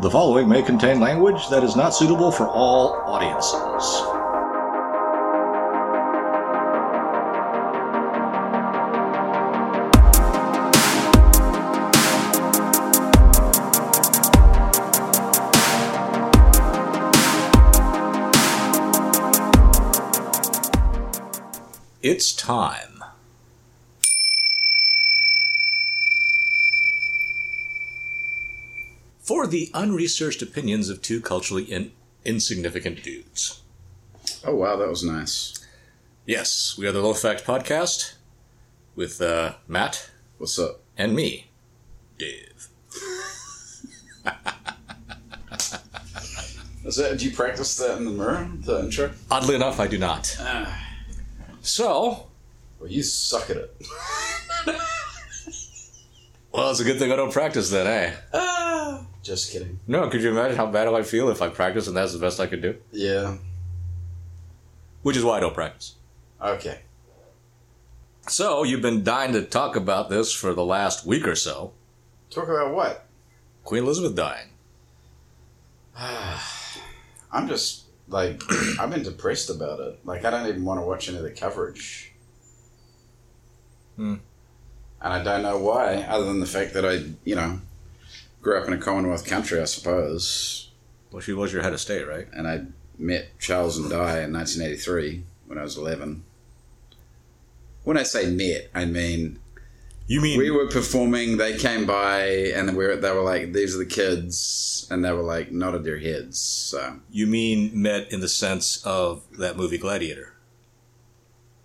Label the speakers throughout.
Speaker 1: The following may contain language that is not suitable for all audiences. It's time. For the unresearched opinions of two culturally in- insignificant dudes.
Speaker 2: Oh wow, that was nice.
Speaker 1: Yes, we are the Low Fact Podcast with uh, Matt
Speaker 2: What's up?
Speaker 1: and me, Dave.
Speaker 2: Is that? Do you practice that in the mirror? The intro?
Speaker 1: Oddly enough, I do not. So,
Speaker 2: Well, you suck at it.
Speaker 1: well, it's a good thing I don't practice then, eh?
Speaker 2: Just kidding.
Speaker 1: No, could you imagine how bad I feel if I practice and that's the best I could do?
Speaker 2: Yeah.
Speaker 1: Which is why I don't practice.
Speaker 2: Okay.
Speaker 1: So, you've been dying to talk about this for the last week or so.
Speaker 2: Talk about what?
Speaker 1: Queen Elizabeth dying.
Speaker 2: I'm just like I've been depressed about it. Like I don't even want to watch any of the coverage.
Speaker 1: Hmm.
Speaker 2: And I don't know why, other than the fact that I, you know, grew up in a Commonwealth country, I suppose,
Speaker 1: Well, she was your head of state, right?
Speaker 2: and I met Charles and Di in 1983 when I was 11. When I say met, I mean
Speaker 1: You mean
Speaker 2: we were performing. They came by and we were, they were like, "These are the kids," and they were like, nodded their heads. So,
Speaker 1: you mean met in the sense of that movie Gladiator,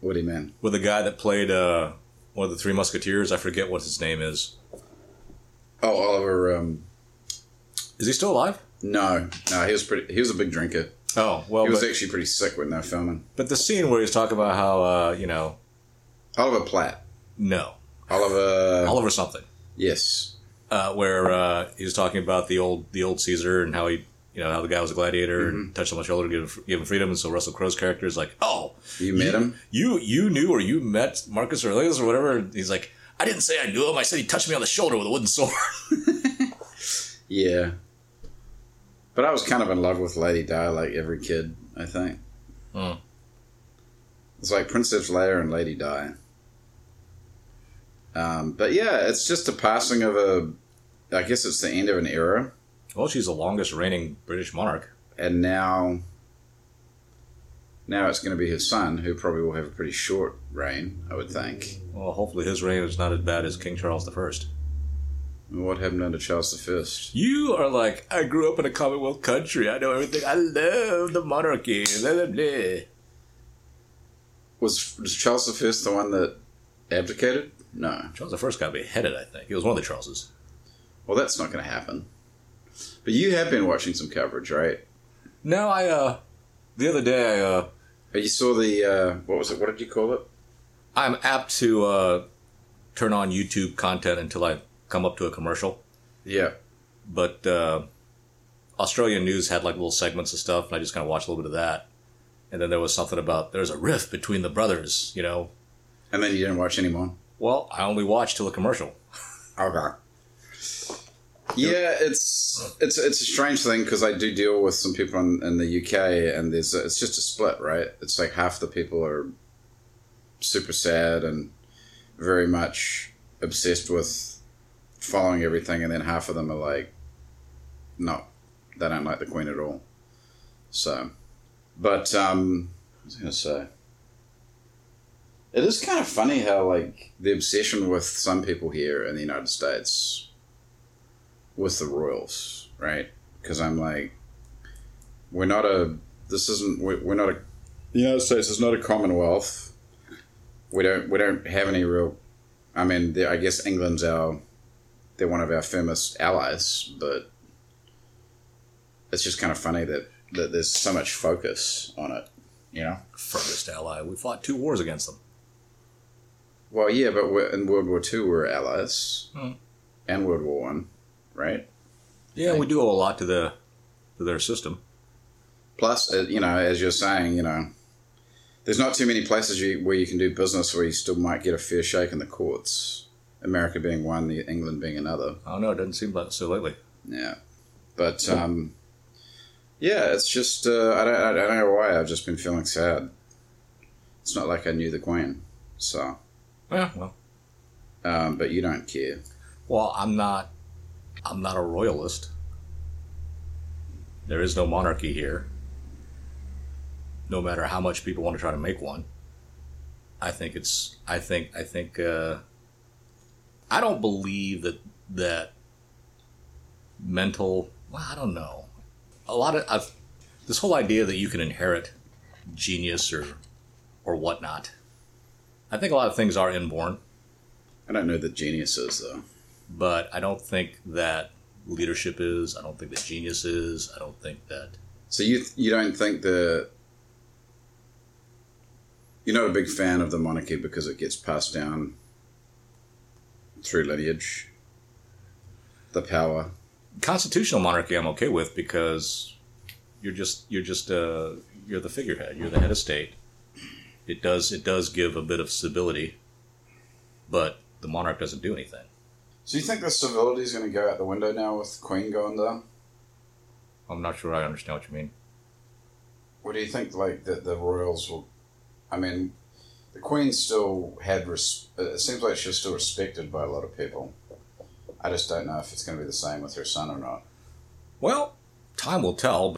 Speaker 2: what do you mean?
Speaker 1: with the guy that played uh, one of the Three Musketeers. I forget what his name is.
Speaker 2: Oh, Oliver. Um,
Speaker 1: Is he still alive?
Speaker 2: no, no, he was pretty. He was a big drinker.
Speaker 1: Oh well,
Speaker 2: He was
Speaker 1: but,
Speaker 2: actually pretty sick when they were filming.
Speaker 1: but the scene where he's talking about how uh, you know,
Speaker 2: Oliver Platt.
Speaker 1: no,
Speaker 2: Oliver.
Speaker 1: Oliver something,
Speaker 2: Yes.
Speaker 1: uh, where uh, he was talking about the old the old Caesar and how he. You know how the guy was a gladiator
Speaker 2: Mm-hmm.
Speaker 1: and touched on my shoulder, gave him, gave him freedom, and so Russell Crowe's character is like, "Oh,
Speaker 2: You met him.
Speaker 1: you you knew or you met Marcus Aurelius or whatever." And he's like, "I didn't say I knew him. I said he touched me on the shoulder with a wooden sword."
Speaker 2: Yeah. But I was kind of in love with Lady Di, like every kid. I think.
Speaker 1: Hmm.
Speaker 2: It's like Princess Leia and Lady Di. Um, but yeah, it's just a passing of a. I guess it's the end of an era,
Speaker 1: Well, she's the longest reigning British monarch.
Speaker 2: and now. Now it's going to be his son, who probably will have a pretty short reign, I would think.
Speaker 1: Well, hopefully his reign is not as bad as King Charles I.
Speaker 2: What happened under Charles the First?
Speaker 1: You are like, I grew up in a Commonwealth country. I know everything. I love the monarchy. Blah, blah, blah.
Speaker 2: Was was Charles the First the one that abdicated? No.
Speaker 1: Charles I got beheaded, I think. He was one of the Charleses.
Speaker 2: Well, that's not going to happen. But you have been watching some coverage, right?
Speaker 1: No, I, uh, the other day, I, uh,
Speaker 2: But You saw the uh, what was it? What did you call it?
Speaker 1: I'm apt to, uh, turn on YouTube content until I come up to a commercial.
Speaker 2: Yeah.
Speaker 1: But, uh, Australian news had like little segments of stuff, and I just kind of watched a little bit of that. And then there was something about there's a rift between the brothers, you know,
Speaker 2: And then you didn't watch any more.
Speaker 1: Well, I only watched till the commercial.
Speaker 2: Okay. Yeah, it's it's it's a strange thing because I do deal with some people in, in the UK, and there's a, it's just a split, right? It's like half the people are super sad and very much obsessed with following everything, and then half of them are like, no, they don't like the Queen at all. So, but um, what was I gonna say? It is kind of funny how like the obsession with some people here in the United States with the Royals, right? Because I'm like, we're not a. This isn't. We're, we're not a. The United States is not a Commonwealth. We don't. We don't have any real. I mean, the- I guess England's our. They're one of our firmest allies, but it's just kind of funny that, that there's so much focus on it. You know.
Speaker 1: First ally. We fought two wars against them.
Speaker 2: Well, yeah, but we're, in World War Two, we were allies,
Speaker 1: Hmm.
Speaker 2: and World War One, right?
Speaker 1: Yeah, we do owe a lot to the to their system.
Speaker 2: Plus, uh, you know, as you're saying, you know, there's not too many places you, where you can do business where you still might get a fair shake in the courts. America being one, the England being another.
Speaker 1: I don't know. It doesn't seem like so lately.
Speaker 2: Yeah, But um, yeah, it's just uh, I don't I don't know why I've just been feeling sad. It's not like I knew the Queen, so
Speaker 1: Yeah, well,
Speaker 2: um, but you don't care.
Speaker 1: well, I'm not. I'm not a royalist. There is no monarchy here. No matter how much people want to try to make one, I think it's. I think. I think. Uh, I don't believe that that mental. Well, I don't know. A lot of I've, this whole idea that you can inherit genius or or whatnot. I think a lot of things are inborn.
Speaker 2: I don't know the geniuses though.
Speaker 1: but I don't think that leadership is. I don't think that genius is. I don't think that.
Speaker 2: So you you don't think the you're not a big fan of the monarchy because it gets passed down through lineage, the power.
Speaker 1: Constitutional monarchy, I'm okay with because you're just you're just uh, you're the figurehead. You're the head of state. It does it does give a bit of stability, but the monarch doesn't do anything.
Speaker 2: So you think the civility is going to go out the window now with Queen going down?
Speaker 1: I'm not sure I understand what you mean.
Speaker 2: What do you think? Like that the royals will? I mean, the Queen still had. Res- it seems like she's still respected by a lot of people. I just don't know if it's going to be the same with her son or not.
Speaker 1: Well, time will tell.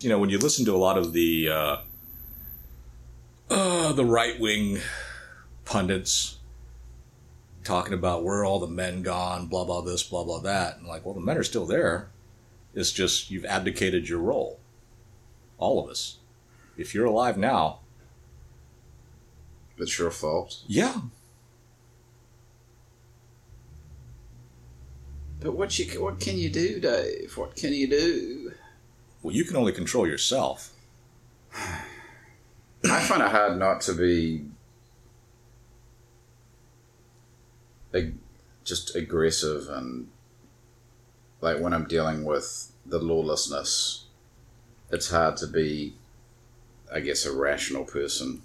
Speaker 1: You know, when you listen to a lot of the uh, uh, the right wing pundits talking about where are all the men gone, blah blah this, blah blah that, and like, well, the men are still there. It's just you've abdicated your role. All of us. If you're alive now,
Speaker 2: It's your fault.
Speaker 1: yeah,
Speaker 2: But what you what can you do, Dave? What can you do?
Speaker 1: well, you can only control yourself.
Speaker 2: I find it hard not to be ag- just aggressive and like when I'm dealing with the lawlessness, it's hard to be, I guess, a rational person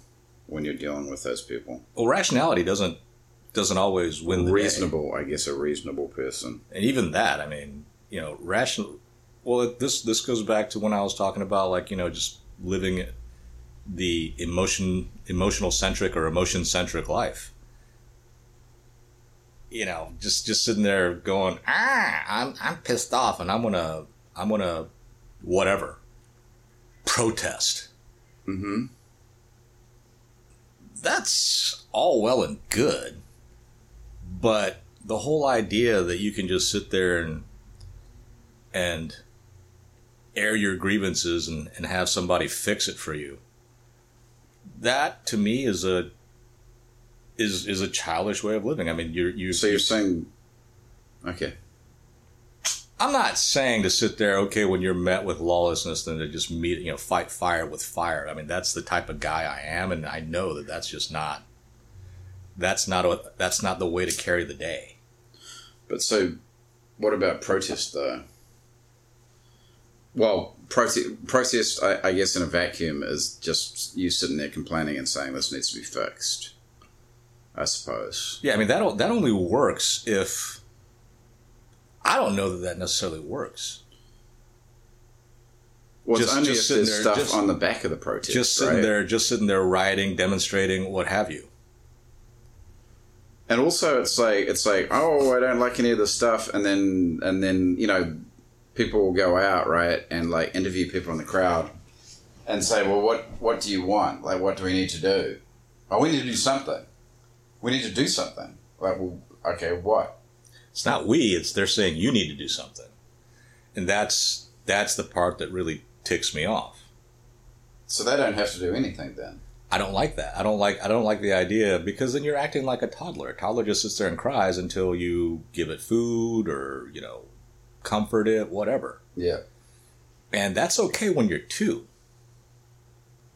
Speaker 2: when you're dealing with those people.
Speaker 1: Well, rationality doesn't doesn't always win the day.
Speaker 2: reasonable, I guess, a reasonable person.
Speaker 1: and even that i mean you know rational well it, this this goes back to when i was talking about like you know just living the emotion emotional centric or emotion centric life you know just just sitting there going ah i'm i'm pissed off and i'm gonna i'm gonna whatever protest
Speaker 2: Mm-hmm.
Speaker 1: that's all well and good, but the whole idea that you can just sit there and and air your grievances and, and have somebody fix it for you that to me is a is is a childish way of living. I mean, you're you.
Speaker 2: So you're saying, okay,
Speaker 1: I'm not saying to sit there. Okay, when you're met with lawlessness, then to just meet you know fight fire with fire. I mean, that's the type of guy I am, and I know that that's just not. That's not a, that's not the way to carry the day.
Speaker 2: But so, what about protest though? Well, prote- protest, I, I guess, in a vacuum is just you sitting there complaining and saying this needs to be fixed. I suppose.
Speaker 1: Yeah, I mean that o- that only works if I don't know that that necessarily works.
Speaker 2: Well,
Speaker 1: Just-
Speaker 2: it's only
Speaker 1: just
Speaker 2: if
Speaker 1: sitting
Speaker 2: there's
Speaker 1: there,
Speaker 2: stuff
Speaker 1: just-
Speaker 2: on the back of the protest.
Speaker 1: just sitting
Speaker 2: right?
Speaker 1: there, just sitting there, rioting, demonstrating, what have you.
Speaker 2: and also it's like it's like oh i don't like any of this stuff and then and then you know people will go out right and like interview people in the crowd and say well what what do you want like what do we need to do oh we need to do something we need to do something like well okay what
Speaker 1: It's not we; it's they're saying you need to do something, and that's that's the part that really ticks me off.
Speaker 2: so they don't have to do anything then
Speaker 1: I don't like that. I don't like I don't like the idea because then you're acting like a toddler. A toddler just sits there and cries until you give it food or, you know, comfort it, whatever.
Speaker 2: yeah
Speaker 1: And that's okay when you're 2.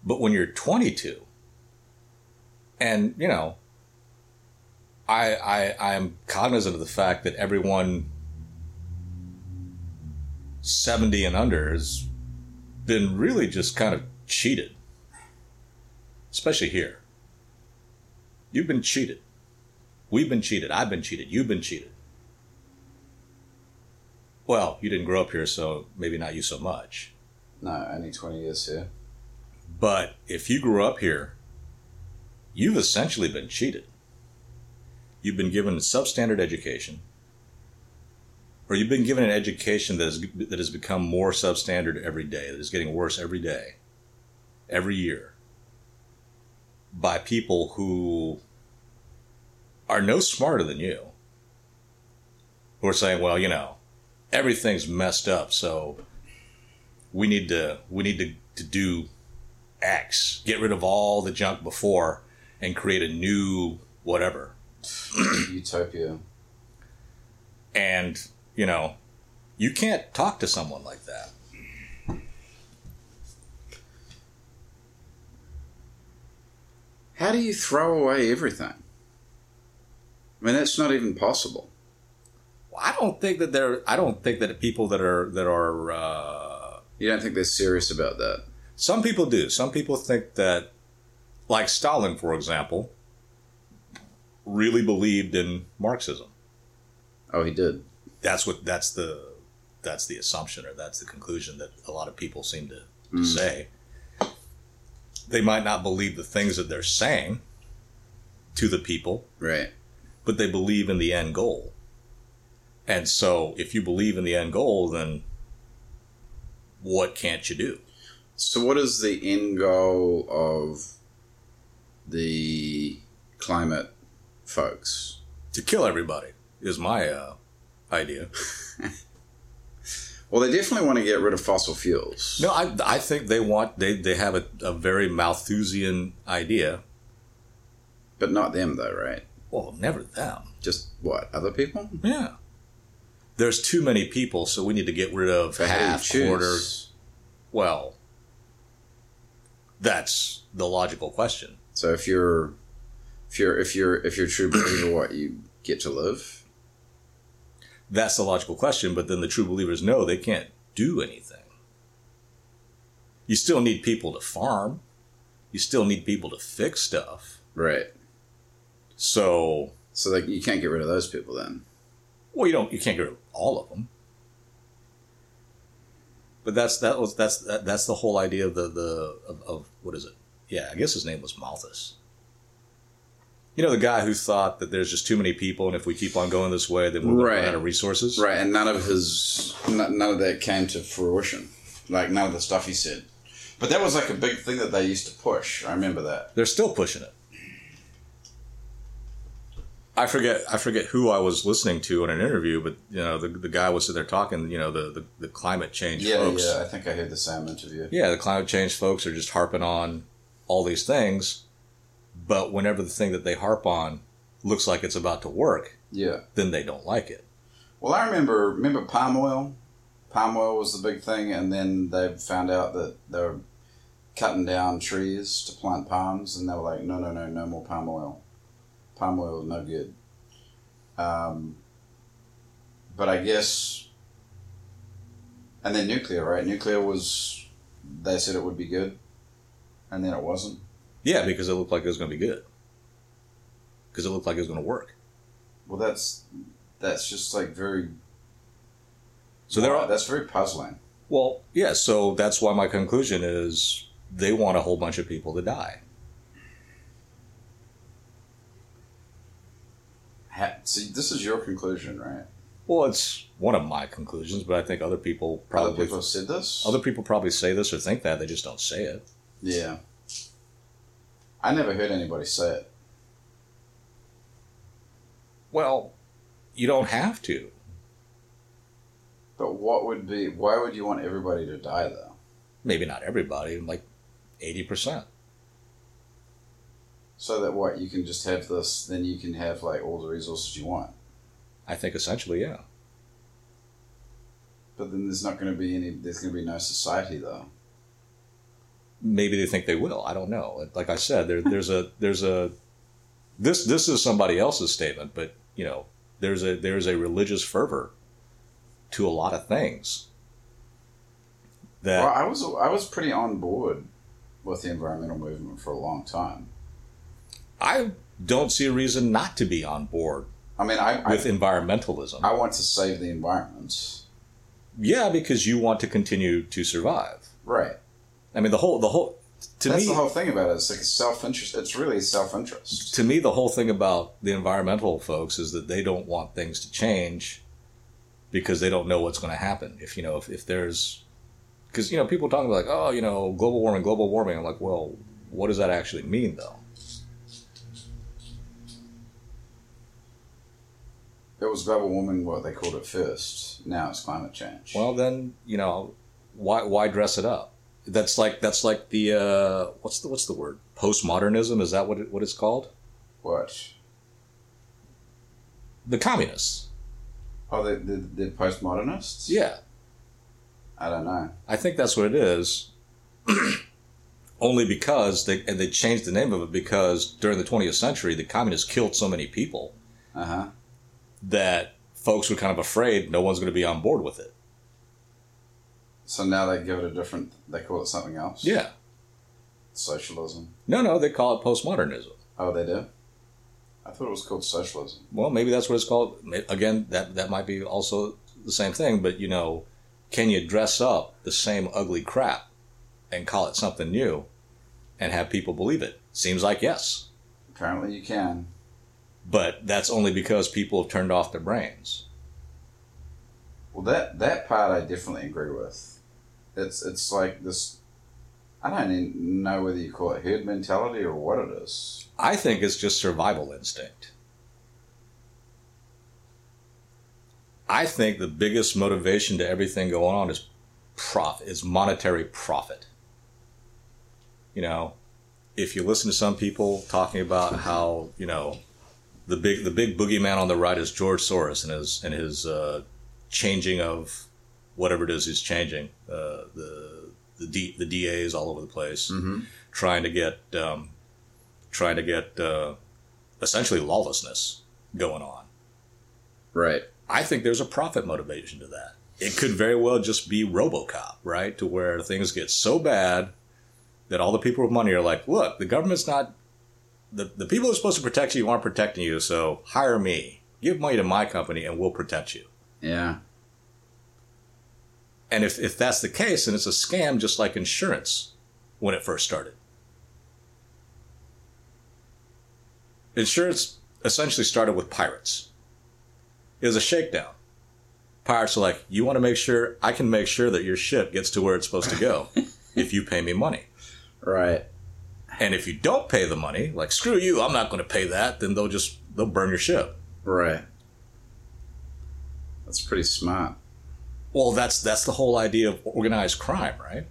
Speaker 1: But when you're 22 and, you know, I I I am cognizant of the fact that everyone 70 and under has been really just kind of cheated. Especially here. You've been cheated. We've been cheated. I've been cheated. You've been cheated. Well, you didn't grow up here, so maybe not you so much.
Speaker 2: No, only 20 years here.
Speaker 1: But if you grew up here, you've essentially been cheated. You've been given a substandard education, or you've been given an education that, is, that has become more substandard every day, that is getting worse every day, every year, by people who are no smarter than you, who are saying, well, you know, everything's messed up, so we need to we need to, to do X. Get rid of all the junk before and create a new whatever.
Speaker 2: Utopia.
Speaker 1: And, you know, you can't talk to someone like that.
Speaker 2: How do you throw away everything? I mean, that's not even possible.
Speaker 1: I don't think that there I don't think that people that are that are uh,
Speaker 2: You don't think they're serious about that?
Speaker 1: some people do. Some people think that like Stalin, for example, really believed in Marxism.
Speaker 2: Oh, he did.
Speaker 1: that's what that's the that's the assumption or that's the conclusion that a lot of people seem to, to
Speaker 2: Mm.
Speaker 1: say they might not believe the things that they're saying to the people
Speaker 2: Right.
Speaker 1: but they believe in the end goal and so if you believe in the end goal then what can't you do
Speaker 2: So, what is the end goal of the climate folks?
Speaker 1: to kill everybody is my uh, idea
Speaker 2: Well, they definitely want to get rid of fossil fuels.
Speaker 1: No, I, I think they want they, they have a, a very Malthusian idea.
Speaker 2: But not them, though, right?
Speaker 1: Well, never them.
Speaker 2: Just what? Other people?
Speaker 1: Yeah. There's too many people, so we need to get rid of
Speaker 2: But how do you
Speaker 1: half,
Speaker 2: choose?
Speaker 1: quarter. Well, that's the logical question.
Speaker 2: So if you're, if you're, if you're, if you're a true believer, what you get to live?
Speaker 1: That's the logical question, but then the true believers know they can't do anything. You still need people to farm, you still need people to fix stuff.
Speaker 2: Right.
Speaker 1: So,
Speaker 2: So like you can't get rid of those people then.
Speaker 1: well, you don't you can't get rid of all of them. But that's that was that's that, that's the whole idea of the the of, of what is it? Yeah, I guess his name was Malthus. You know, the guy who thought that there's just too many people, and if we keep on going this way, then we're going to run
Speaker 2: Right.
Speaker 1: out of resources.
Speaker 2: Right, and none of his, n- none of that came to fruition. Like none of the stuff he said. But that was like a big thing that they used to push. I remember that.
Speaker 1: They're still pushing it. I forget. I forget who I was listening to in an interview, but you know, the, the guy was sitting there talking. You know, the the, the climate change
Speaker 2: Yeah,
Speaker 1: folks.
Speaker 2: yeah. I think I heard the same interview.
Speaker 1: yeah, the climate change folks are just harping on all these things, but whenever the thing that they harp on looks like it's about to work,
Speaker 2: Yeah.
Speaker 1: then they don't like it.
Speaker 2: Well, I remember remember palm oil. Palm oil was the big thing, and then they found out that they were cutting down trees to plant palms, and they were like, "No, no, no, no more palm oil. Palm oil is no good." Um, but I guess, and then nuclear, right? Nuclear was they said it would be good, and then it wasn't.
Speaker 1: Yeah, because it looked like it was going to be good. Because it looked like it was going to work.
Speaker 2: Well, that's that's just like very
Speaker 1: So they're all,
Speaker 2: that's very puzzling.
Speaker 1: well, yeah. So that's why my conclusion is they want a whole bunch of people to die.
Speaker 2: Ha- See, this is your conclusion, right?
Speaker 1: Well, it's one of my conclusions, but I think other people
Speaker 2: Other
Speaker 1: probably
Speaker 2: people have said this.
Speaker 1: other people probably say this or think that they just don't say it.
Speaker 2: yeah. I never heard anybody say it.
Speaker 1: Well, you don't have to.
Speaker 2: But what would be? Why would you want everybody to die though?
Speaker 1: maybe not everybody, like 80%.
Speaker 2: So that what you can just have this, then you can have like all the resources you want.
Speaker 1: I think essentially, yeah.
Speaker 2: But then there's not going to be any. There's going to be no society though.
Speaker 1: Maybe they think they will. I don't know. Like I said, there, there's a there's a this this is somebody else's statement, but you know, there's a there's a religious fervor to a lot of things. That
Speaker 2: Well, I was I was pretty on board with the environmental movement for a long time.
Speaker 1: I don't see a reason not to be on board
Speaker 2: I mean, I I,
Speaker 1: with environmentalism.
Speaker 2: I want to save the environment.
Speaker 1: Yeah, because you want to continue to survive.
Speaker 2: Right.
Speaker 1: I mean, the whole the whole to
Speaker 2: That's
Speaker 1: me
Speaker 2: the whole thing about it. It's like self interest. It's really self interest.
Speaker 1: to me the whole thing about the environmental folks is that they don't want things to change because they don't know what's going to happen. If you know if, if there's because you know people talking about like oh you know global warming global warming I'm like well what does that actually mean though
Speaker 2: It was global warming, what they called it first. Now it's climate change.
Speaker 1: well then you know why why dress it up that's like that's like the uh, what's the what's the word postmodernism is that what it, what it's called
Speaker 2: what?
Speaker 1: the communists
Speaker 2: Oh, the the, the postmodernists.
Speaker 1: yeah
Speaker 2: I don't know.
Speaker 1: I think that's what it is. Only because they and they changed the name of it because during the 20th century the communists killed so many people
Speaker 2: Uh huh.
Speaker 1: that folks were kind of afraid no one's going to be on board with it.
Speaker 2: So now they give it a different. They call it something else.
Speaker 1: Yeah.
Speaker 2: Socialism.
Speaker 1: No, no, they call it postmodernism.
Speaker 2: Oh, they do. I thought it was called socialism.
Speaker 1: Well, maybe that's what it's called. Ma- Again, that that might be also the same thing, but you know, can you dress up the same ugly crap and call it something new and have people believe it? Seems like yes.
Speaker 2: Apparently, you can.
Speaker 1: But that's only because people have turned off their brains.
Speaker 2: Well, that that part I definitely agree with. It's it's like this. I don't even know whether you call it herd mentality or what it is.
Speaker 1: I think it's just survival instinct. I think the biggest motivation to everything going on is profit, is monetary profit. You know, if you listen to some people talking about how you know the big the big boogeyman on the right is George Soros and his and his uh, changing of whatever it is he's changing uh, the the D, the DAs all over the place
Speaker 2: Mm-hmm.
Speaker 1: trying to get um, trying to get uh, essentially lawlessness going on.
Speaker 2: Right.
Speaker 1: I think there's a profit motivation to that. It could very well just be RoboCop, right? To where things get so bad that all the people with money are like, "Look, the government's not the the people who are supposed to protect you aren't protecting you, so hire me, give money to my company, and we'll protect you."
Speaker 2: Yeah.
Speaker 1: And if, if that's the case, then it's a scam just like insurance when it first started. Insurance essentially started with pirates. It was a shakedown. Pirates are like, you want to make sure I can make sure that your ship gets to where it's supposed to go if you pay me money.
Speaker 2: Right.
Speaker 1: And if you don't pay the money, like screw you, I'm not going to pay that, then they'll just they'll burn your ship.
Speaker 2: Right. That's pretty smart.
Speaker 1: Well, that's that's the whole idea of organized crime, right?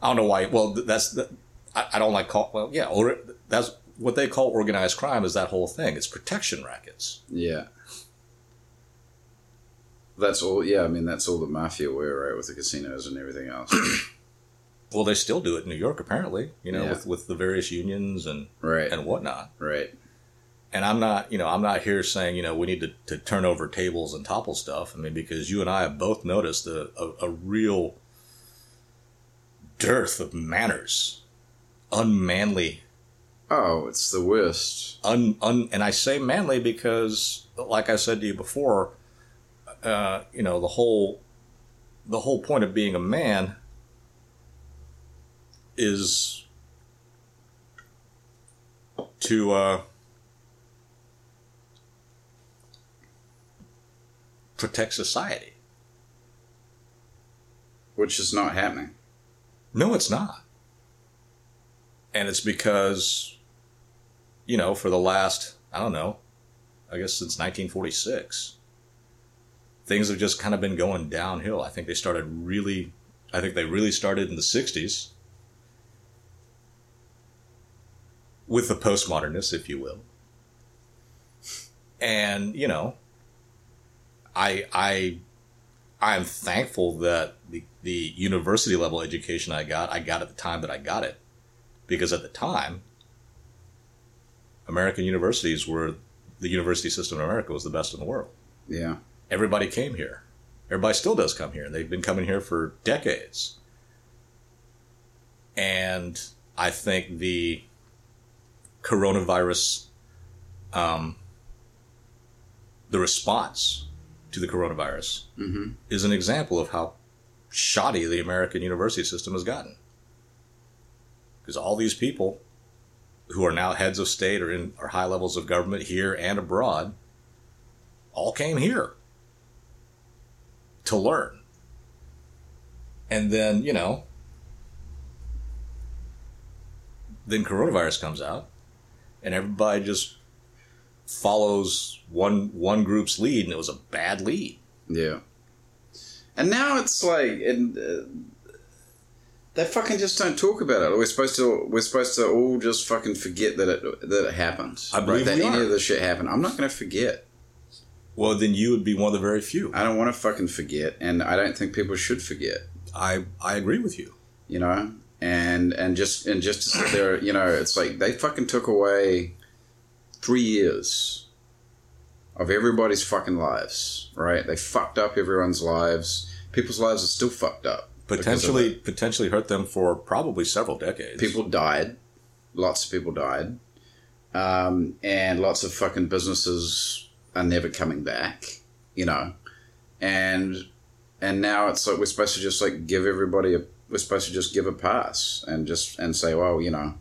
Speaker 1: I don't know why. Well, th- that's the, I, I don't like call. Well, yeah, or, that's what they call organized crime is that whole thing. It's protection rackets.
Speaker 2: Yeah. That's all. Yeah, I mean that's all the mafia were right with the casinos and everything else.
Speaker 1: Well, they still do it in New York, apparently. You know,
Speaker 2: Yeah.
Speaker 1: with, with the various unions and
Speaker 2: right.
Speaker 1: and whatnot.
Speaker 2: Right.
Speaker 1: And I'm not, you know, I'm not here saying you know we need to, to turn over tables and topple stuff. I mean, because you and I have both noticed a, a, a real dearth of manners, unmanly
Speaker 2: Oh, it's the worst.
Speaker 1: un, un and I say manly because, like I said to you before, uh, you know the whole the whole point of being a man is to uh, protect society.
Speaker 2: Which is not happening.
Speaker 1: No, it's not. And it's because, you know, for the last, I don't know, I guess since 1946, things have just kind of been going downhill. I think they started really, I think they really started in the 60s with the postmodernists, if you will. And, you know, I, I, I'm thankful that the, the university level education I got, I got at the time that I got it. Because at the time, American universities were the university system in America was the best in the world.
Speaker 2: Yeah.
Speaker 1: Everybody came here. Everybody still does come here. They've been coming here for decades. And I think the coronavirus, um, the response to the coronavirus
Speaker 2: Mm-hmm.
Speaker 1: is an example of how shoddy the American university system has gotten. Because all these people who are now heads of state or in or high levels of government here and abroad all came here to learn. And then, you know, then coronavirus comes out and everybody just follows one one group's lead and it was a bad lead.
Speaker 2: Yeah. And now it's like, and uh, they fucking just don't talk about it. We're supposed to, we're supposed to all just fucking forget that it that it happened.
Speaker 1: I believe
Speaker 2: that
Speaker 1: we
Speaker 2: any
Speaker 1: are.
Speaker 2: of this shit happened. I'm not going to forget.
Speaker 1: Well, then you would be one of the very few.
Speaker 2: I don't want to fucking forget, and I don't think people should forget.
Speaker 1: I I agree with you.
Speaker 2: you know, and and just and just to sit there, you know, it's like they fucking took away three years of everybody's fucking lives, right? They fucked up everyone's lives. People's lives are still fucked up. because of
Speaker 1: Potentially
Speaker 2: it.
Speaker 1: potentially hurt them for probably several decades.
Speaker 2: people died. Lots of people died, um, and lots of fucking businesses are never coming back. You know, and and now it's like we're supposed to just like give everybody a we're supposed to just give a pass and just and say well you know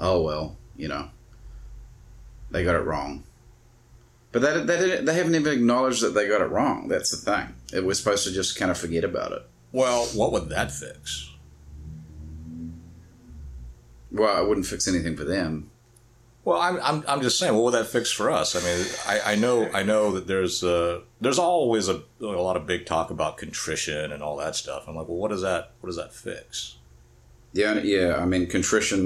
Speaker 2: oh well you know they got it wrong but they, they, didn't- they haven't even acknowledged that they got it wrong that's the thing It- we're supposed to just kind of forget about it
Speaker 1: Well, what would that fix?
Speaker 2: well i wouldn't fix anything for them
Speaker 1: Well, I'm, I'm, I'm just saying, what would that fix for us? I mean, I, I know I know that there's uh, there's always a, a lot of big talk about contrition and all that stuff. I'm like, well, what does that what does that fix?
Speaker 2: Yeah, and- yeah. I mean, contrition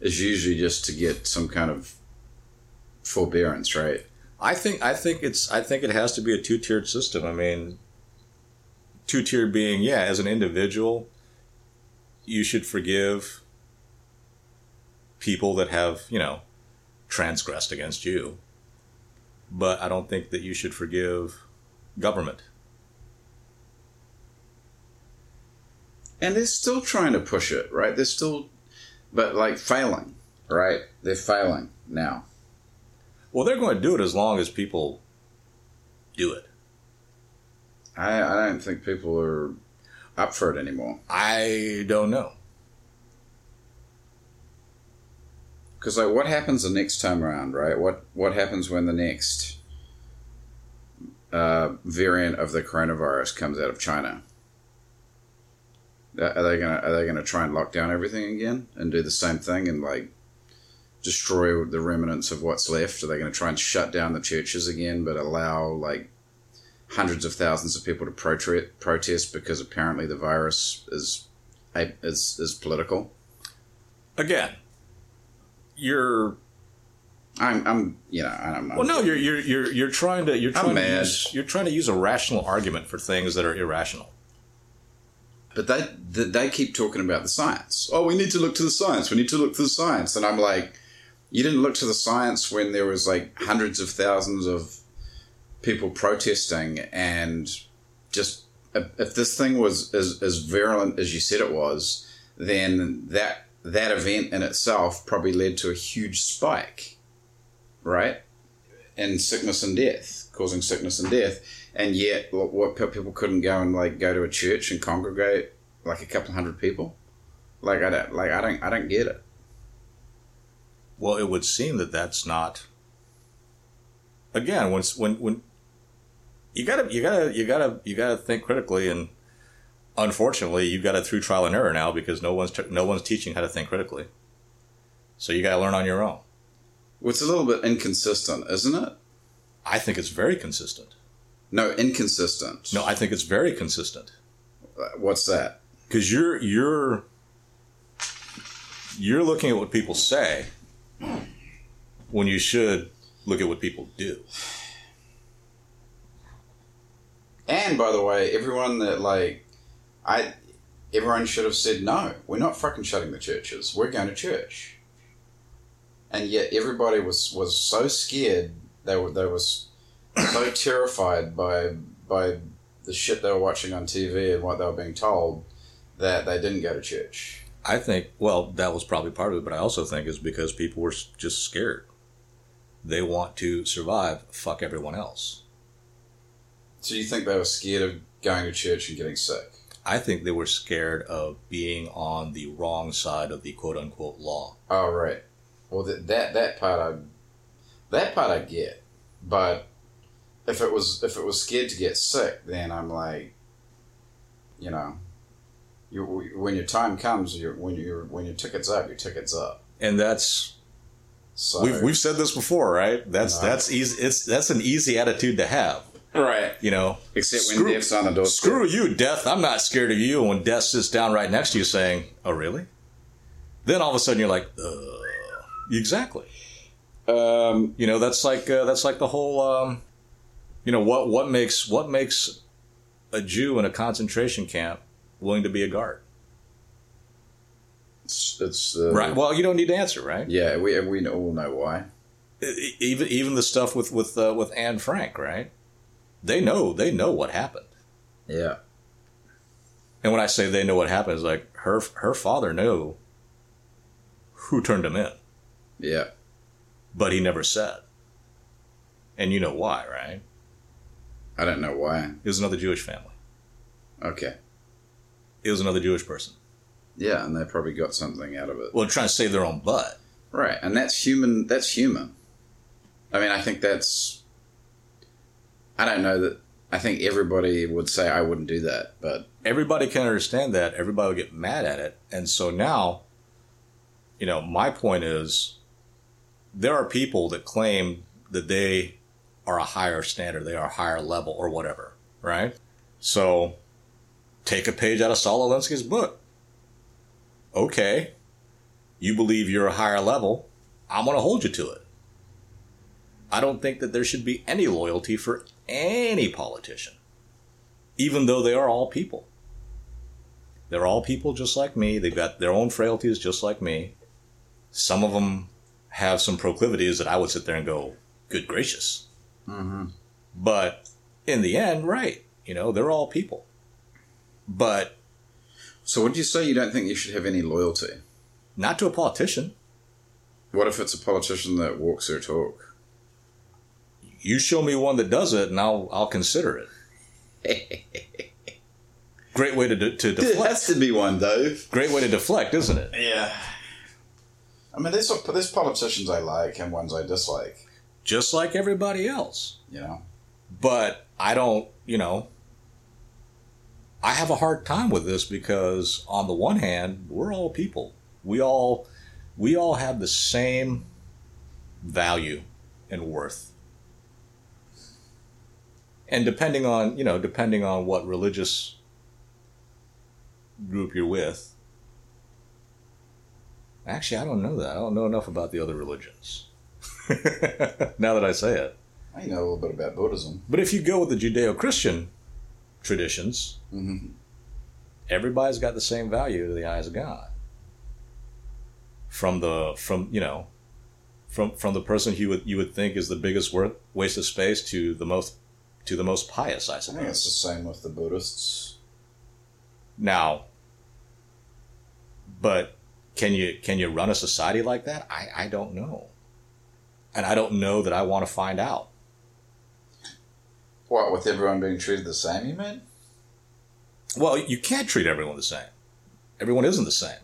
Speaker 2: is usually just to get some kind of forbearance, right?
Speaker 1: I think I think it's I think it has to be a two tiered system. I mean, two tiered being yeah, as an individual, you should forgive people that have you know transgressed against you, but I don't think that you should forgive government.
Speaker 2: And they're still trying to push it, right? They're still, but like failing, right? They're failing now.
Speaker 1: Well, they're going to do it as long as people do it.
Speaker 2: I, I don't think people are up for it anymore
Speaker 1: I don't know.
Speaker 2: because like, what happens the next time around, right? What what happens when the next uh, variant of the coronavirus comes out of China? Are are they gonna are they gonna try and lock down everything again and do the same thing and like destroy the remnants of what's left? Are they gonna try and shut down the churches again, but allow like hundreds of thousands of people to protre- protest because apparently the virus is is is political?
Speaker 1: Again, you're
Speaker 2: I'm I'm you know I don't know.
Speaker 1: well. No, you're you're you're you're trying to you're
Speaker 2: I'm
Speaker 1: trying to
Speaker 2: mad.
Speaker 1: use, you're trying to use a rational argument for things that are irrational.
Speaker 2: But they, th- they keep talking about the science. Oh, we need to look to the science. We need to look to the science. And I'm like, you didn't look to the science when there was like hundreds of thousands of people protesting and just if if this thing was as, as virulent as you said it was, then that that event in itself probably led to a huge spike, right? In sickness and death, causing sickness and death and yet what, what pe- people couldn't go and like go to a church and congregate like a couple hundred people like i don't like i don't i don't get it
Speaker 1: Well, it would seem that that's not. Again, when when when you gotta you gotta you gotta you gotta think critically, and unfortunately, you've got it through trial and error now because no one's t- no one's teaching how to think critically. So you gotta learn on your own.
Speaker 2: well, it's a little bit inconsistent isn't it
Speaker 1: I think it's very consistent.
Speaker 2: no inconsistent
Speaker 1: No, I think it's very consistent
Speaker 2: Uh, what's that
Speaker 1: because you're you're you're looking at what people say when you should look at what people do.
Speaker 2: and by the way everyone that like i everyone should have said no we're not fucking shutting the churches we're going to church and yet everybody was was so scared they were they was so terrified by by the shit they were watching on TV and what they were being told that they didn't go to church.
Speaker 1: I think well that was probably part of it, but I also think is because people were s- just scared. They want to survive. Fuck everyone else.
Speaker 2: So you think they were scared of going to church and getting sick?
Speaker 1: I think they were scared of being on the wrong side of the quote unquote law.
Speaker 2: Oh right. Well, that that that part I that part I get, but if it was if it was scared to get sick, then I'm like, you know, you when your time comes, you when your when your ticket's up, your ticket's up.
Speaker 1: And that's
Speaker 2: So
Speaker 1: we've we've said this before, right? That's
Speaker 2: No.
Speaker 1: that's easy. It's that's an easy attitude to have.
Speaker 2: right.
Speaker 1: You know,
Speaker 2: Except when
Speaker 1: Screw-
Speaker 2: death's on the doorstep.
Speaker 1: screw you, death. I'm not scared of you. And when death sits down right next to you, saying, "Oh, really?" Then all of a sudden you're like, Ugh. "Exactly."
Speaker 2: Um,
Speaker 1: You know, that's like uh, that's like the whole. Um, you know what what makes what makes a Jew in a concentration camp willing to be a guard?
Speaker 2: it's, it's uh,
Speaker 1: Right. Well, you don't need to answer, right?
Speaker 2: Yeah, we we all know why.
Speaker 1: E- Even even the stuff with with uh, with Anne Frank, right? They know they know what happened.
Speaker 2: Yeah.
Speaker 1: And when I say they know what happened, it's like her her father knew who turned him in,
Speaker 2: Yeah.
Speaker 1: but he never said. And you know why, right?
Speaker 2: I don't know why.
Speaker 1: It was another Jewish family.
Speaker 2: Okay.
Speaker 1: It was another Jewish person.
Speaker 2: Yeah, and they probably got something out of it.
Speaker 1: Well, trying to save their own butt.
Speaker 2: Right, and that's human. That's human. I mean, I think that's. I don't know that. I think everybody would say I wouldn't do that, but
Speaker 1: everybody can understand that everybody will get mad at it and so now you know my point is there are people that claim that they are a higher standard they are a higher level or whatever right so take a page out of saul alinsky's book okay you believe you're a higher level i'm going to hold you to it i don't think that there should be any loyalty for any politician even though they are all people. They're all people just like me. They've got their own frailties just like me. Some of them have some proclivities that I would sit there and go, good gracious. But in the end, right, you know, they're all people. But
Speaker 2: so would you say you don't think you should have any loyalty?
Speaker 1: not to a politician.
Speaker 2: What if it's a politician that walks their talk?
Speaker 1: You show me one that does it, and I'll I'll consider it. Great way to de- to deflect.
Speaker 2: has to be one, though.
Speaker 1: Great way to deflect, isn't it?
Speaker 2: Yeah. I mean, there's there's politicians I like and ones I dislike.
Speaker 1: Just like everybody else.
Speaker 2: You know.
Speaker 1: but I don't, you know, I have a hard time with this because on the one hand, we're all people. We all we all have the same value and worth. And depending on, you know, depending on what religious group you're with. Actually, I don't know that. I don't know enough about the other religions. now that I say it.
Speaker 2: I know a little bit about Buddhism.
Speaker 1: But if you go with the Judeo Christian traditions,
Speaker 2: Mm-hmm.
Speaker 1: everybody's got the same value to the eyes of God. From the from you know, from from the person you would you would think is the biggest worth, waste of space to the most to the most pious, I
Speaker 2: I think
Speaker 1: suppose.
Speaker 2: it's the same with the Buddhists.
Speaker 1: Now, but can you can you run a society like that? I I don't know, and I don't know that I want to find out.
Speaker 2: What with everyone being treated the same, you mean?
Speaker 1: Well, you can't treat everyone the same. Everyone isn't the same.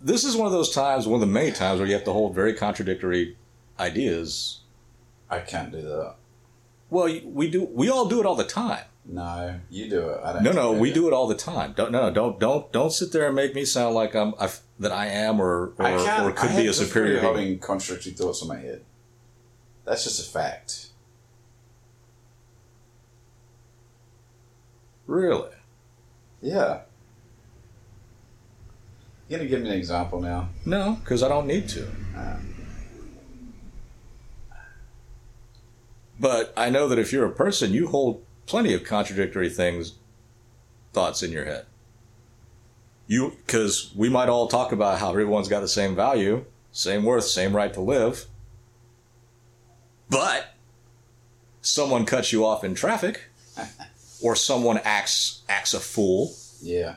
Speaker 1: This is one of those times, one of the many times, where you have to hold very contradictory ideas.
Speaker 2: I can't do that.
Speaker 1: Well, you- we do. We all do it all the time.
Speaker 2: No, you do it. I don't.
Speaker 1: No, no, we do it all the time. Don't, no, no, don't, don't, don't sit there and make me sound like I'm I, that I am or or,
Speaker 2: I can't,
Speaker 1: or could
Speaker 2: I
Speaker 1: be
Speaker 2: have
Speaker 1: a
Speaker 2: difficulty
Speaker 1: superior. being.
Speaker 2: Holding contradictory thoughts in my head. That's just a fact.
Speaker 1: Really?
Speaker 2: Yeah. You gonna give me an example now?
Speaker 1: No, because I don't need to. But I know that if you're a person, you hold plenty of contradictory things, thoughts in your head. You, because we might all talk about how everyone's got the same value, same worth, same right to live. But someone cuts you off in traffic, or someone acts acts a fool
Speaker 2: Yeah.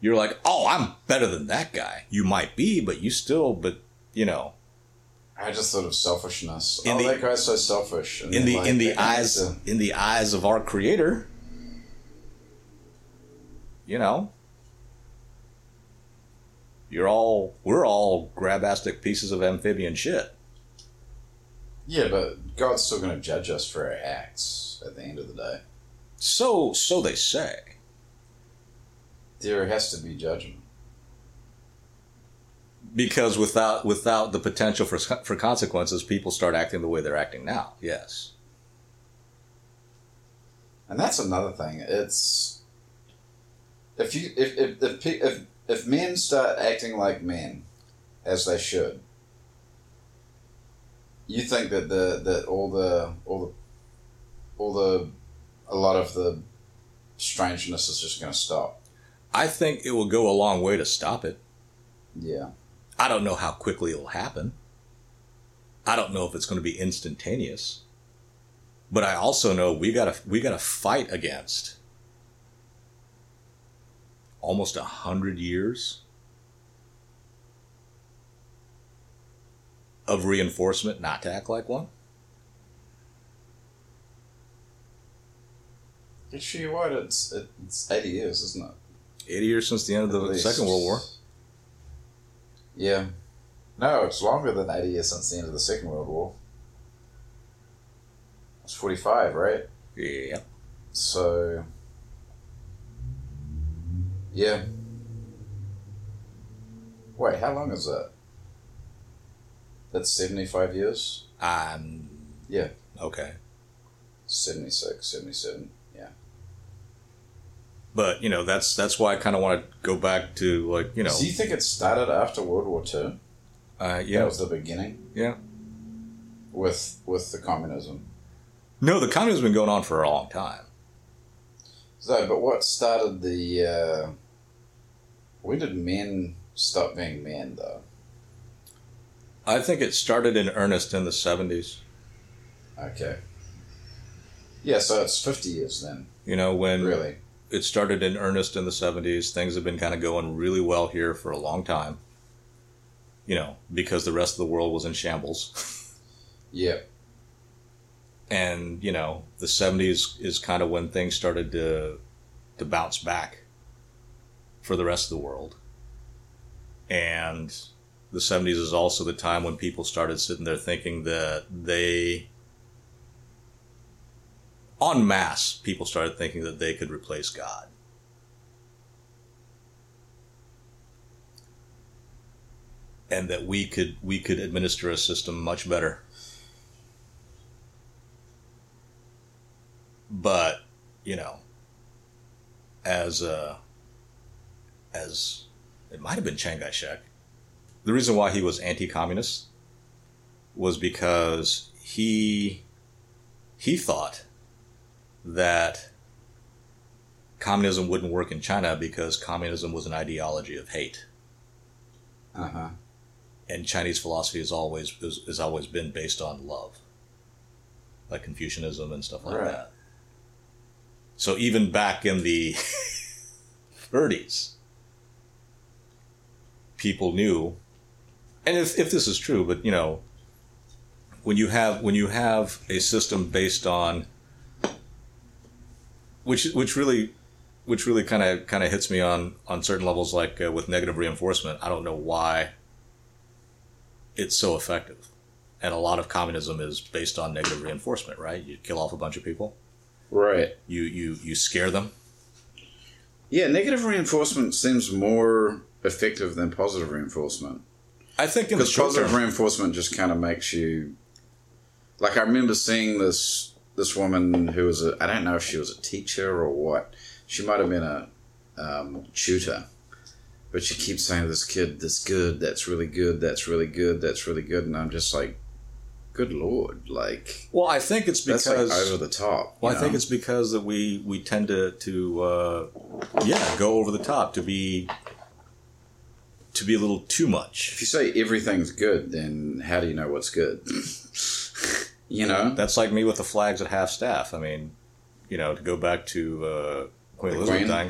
Speaker 1: you're like, oh, I'm better than that guy. You might be, but you still, but you know,
Speaker 2: I just thought of selfishness.
Speaker 1: In
Speaker 2: oh,
Speaker 1: the-
Speaker 2: that guy's so selfish. And
Speaker 1: in
Speaker 2: then,
Speaker 1: the
Speaker 2: like,
Speaker 1: in the
Speaker 2: that guy's
Speaker 1: eyes
Speaker 2: a-
Speaker 1: in the eyes of our creator you know you're all we're all grabastic pieces of amphibian shit
Speaker 2: yeah, but God's still going to judge us for our acts at the end of the day.
Speaker 1: so so they say
Speaker 2: There has to be judgment.
Speaker 1: because without without the potential for for consequences people start acting the way they're acting now yes
Speaker 2: And that's another thing. It's if you if if if pe- if, if men start acting like men, as they should, you think that the that all the all the all the a lot of the strangeness is just going to stop.
Speaker 1: i think it will go a long way to stop it
Speaker 2: Yeah,
Speaker 1: i don't know how quickly it'll happen i don't know if it's going to be instantaneous but i also know we got to we got to fight against almost a hundred years of reinforcement not to act like one
Speaker 2: it's sure what it's it's eighty years, isn't it?
Speaker 1: 80 years since the end of
Speaker 2: At
Speaker 1: the
Speaker 2: least.
Speaker 1: second world war
Speaker 2: Yeah. No, it's longer than 80 years since the end of the Second World War. It's 45, right?
Speaker 1: yeah
Speaker 2: So, yeah. Wait, how long is that? That's 75 years?
Speaker 1: Um,
Speaker 2: Yeah.
Speaker 1: Okay.
Speaker 2: 76, 77. Yeah.
Speaker 1: But you know, that's that's why I kind of want to go back to like you know,
Speaker 2: Do you think it started after World War II?
Speaker 1: uh,
Speaker 2: That
Speaker 1: yeah,
Speaker 2: was the beginning?
Speaker 1: yeah.
Speaker 2: With, with the communism.
Speaker 1: No, the communism's been going on for a long time.
Speaker 2: So, but what started the. Uh, when did men stop being men, though?
Speaker 1: I think it started in earnest in the seventies.
Speaker 2: Okay. Yeah, so it's 50 years then,
Speaker 1: You know, when
Speaker 2: really.
Speaker 1: it started in earnest in the seventies, things have been kind of going really well here for a long time. You know, because the rest of the world was in shambles,
Speaker 2: Yeah.
Speaker 1: and you know, the seventies is kind of when things started to to bounce back for the rest of the world. And the 70s is also the time when people started sitting there thinking that they, en masse, people started thinking that they could replace God. And that we could we could administer a system much better, but you know, as uh, as it might have been Chiang Kai shek. The reason why he was anti communist was because he he thought that communism wouldn't work in China because communism was an ideology of hate.
Speaker 2: Uh huh.
Speaker 1: And Chinese philosophy has always is, has always been based on love. Like Confucianism and stuff like
Speaker 2: Right.
Speaker 1: that. So even back in the 30s, people knew, and if, if this is true, but you know, when you have when you have a system based on which which really which really kind of kind of hits me on on certain levels, like uh, with negative reinforcement. I don't know why it's so effective, and a lot of communism is based on negative reinforcement, right? You kill off a bunch of people
Speaker 2: Right.
Speaker 1: you you you scare them
Speaker 2: Yeah, negative reinforcement seems more effective than positive reinforcement.
Speaker 1: i think in the
Speaker 2: Because
Speaker 1: short
Speaker 2: positive
Speaker 1: term
Speaker 2: reinforcement just kind of makes you. Like, I remember seeing this this woman who was a. I don't know if she was a teacher or what. She might have been a um, tutor. But she keeps saying to this kid, that's good, that's really good, that's really good, that's really good. And I'm just like, good lord. Like,
Speaker 1: well i think it's
Speaker 2: that's
Speaker 1: because
Speaker 2: like over the top.
Speaker 1: well i
Speaker 2: you
Speaker 1: think
Speaker 2: know?
Speaker 1: it's because that we we tend to to uh yeah go over the top to be to be a little too
Speaker 2: If
Speaker 1: much
Speaker 2: you say everything's good, then how do you know what's good? you know?
Speaker 1: that's like me with the flags at half staff i mean you know to go back to uh queen
Speaker 2: The
Speaker 1: elizabeth
Speaker 2: Queen?
Speaker 1: thing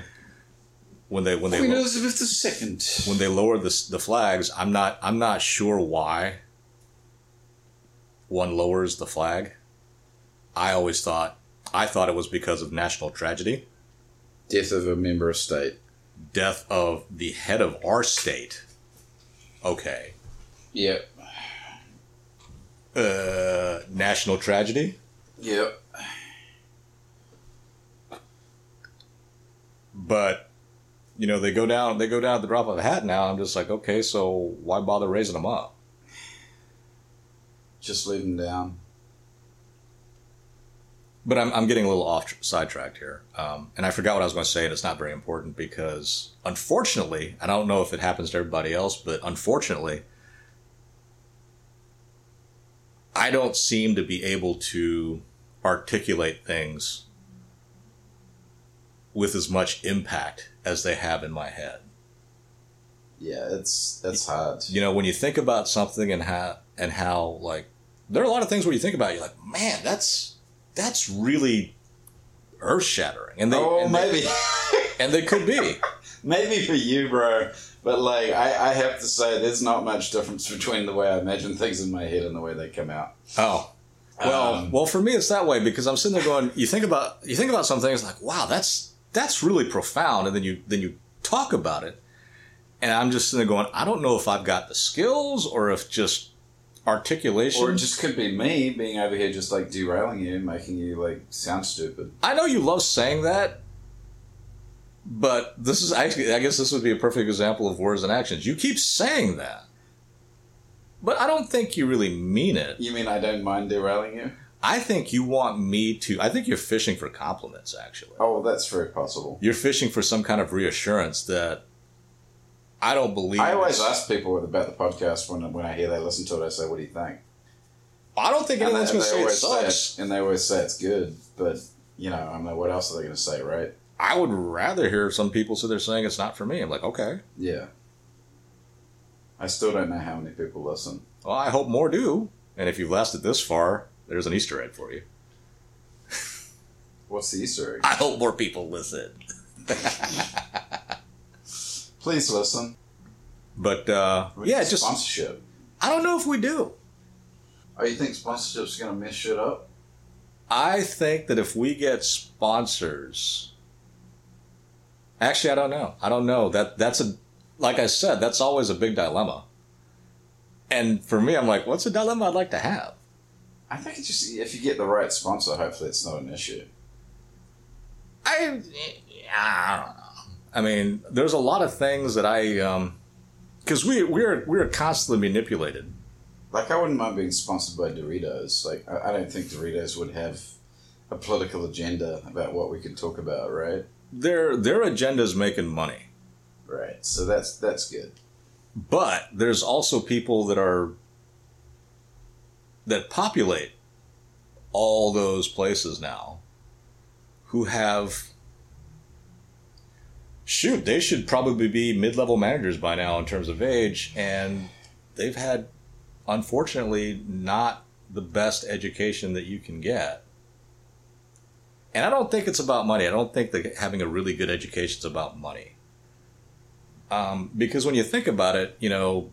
Speaker 1: when they when they
Speaker 2: Queen
Speaker 1: lo-
Speaker 2: Elizabeth II.
Speaker 1: when they lowered the, s- the flags i'm not i'm not sure why one lowers the flag. I always thought I thought it was because of national tragedy,
Speaker 2: Death of a member of state.
Speaker 1: death of the head of our state. Okay,
Speaker 2: Yep.
Speaker 1: uh, national tragedy,
Speaker 2: Yep.
Speaker 1: but you know they go down they go down at the drop of a hat now. I'm just like, okay, so why bother raising them up?
Speaker 2: Just leave them down.
Speaker 1: But I'm, I'm getting a little off sidetracked here. Um, and I forgot what I was going to say, and it's not very important because, unfortunately, I don't know if it happens to everybody else, but unfortunately, I don't seem to be able to articulate things with as much impact as they have in my head.
Speaker 2: Yeah, it's that's hard.
Speaker 1: You know, when you think about something and how, and how, like, there are a lot of things where you think about, it, you're like, man, that's, that's really earth shattering. And they,
Speaker 2: oh,
Speaker 1: and they-
Speaker 2: maybe,
Speaker 1: and they could be.
Speaker 2: maybe for you, bro. But like, I, I have to say, there's not much difference between the way I imagine things in my head and the way they come out.
Speaker 1: Oh, well,
Speaker 2: Um,
Speaker 1: well, for me it's that way because I'm sitting there going, you think about you think about something, it's like, wow, that's that's really profound, and then you then you talk about it, and I'm just sitting there going, I don't know if I've got the skills or if just articulation.
Speaker 2: Or it just could be me being over here, just like derailing you, making you like sound stupid.
Speaker 1: I know you love saying that. But this is actually, I guess this would be a perfect example of words and actions. You keep saying that, but I don't think you really mean it.
Speaker 2: You mean I don't mind derailing you?
Speaker 1: I think you want me to. I think you're fishing for compliments, actually.
Speaker 2: Oh, well, that's very possible.
Speaker 1: You're fishing for some kind of reassurance that I don't believe.
Speaker 2: I always ask people about the podcast when when I hear they listen to it. I say, "What do you think?"
Speaker 1: I don't think
Speaker 2: And they,
Speaker 1: anyone's going to say
Speaker 2: they
Speaker 1: it
Speaker 2: always say
Speaker 1: sucks.
Speaker 2: it, and they always say it's good, but you know, I'm like, what else are they going to say, right?
Speaker 1: I would rather hear some people so they're saying it's not for me. I'm like, okay.
Speaker 2: Yeah. I still don't know how many people listen.
Speaker 1: Well, I hope more do. And if you've lasted this far, there's an Easter egg for you.
Speaker 2: What's the Easter egg?
Speaker 1: I hope more people listen.
Speaker 2: Please listen.
Speaker 1: But uh,
Speaker 2: We
Speaker 1: yeah,
Speaker 2: need
Speaker 1: just
Speaker 2: sponsorship.
Speaker 1: I don't know if we do.
Speaker 2: Oh, you think sponsorship's going to mess shit up?
Speaker 1: I think that if we get sponsors, actually, I don't know. I don't know that that's a like I said, that's always a big dilemma. And for me, I'm like, what's a dilemma I'd like to have?
Speaker 2: I think it's just if you get the right sponsor, hopefully it's not an issue.
Speaker 1: I, I don't know. I mean, there's a lot of things that I, because we we're we're constantly manipulated.
Speaker 2: Like, I wouldn't mind being sponsored by Doritos. Like, I, I don't think Doritos would have a political agenda about what we could talk about, right?
Speaker 1: Their their agenda's making money.
Speaker 2: Right. So that's that's good.
Speaker 1: but there's also people that are that populate all those places now who have shoot they should probably be mid-level managers by now in terms of age and they've had unfortunately not the best education that you can get and i don't think it's about money i don't think that having a really good education is about money um, because when you think about it, you know,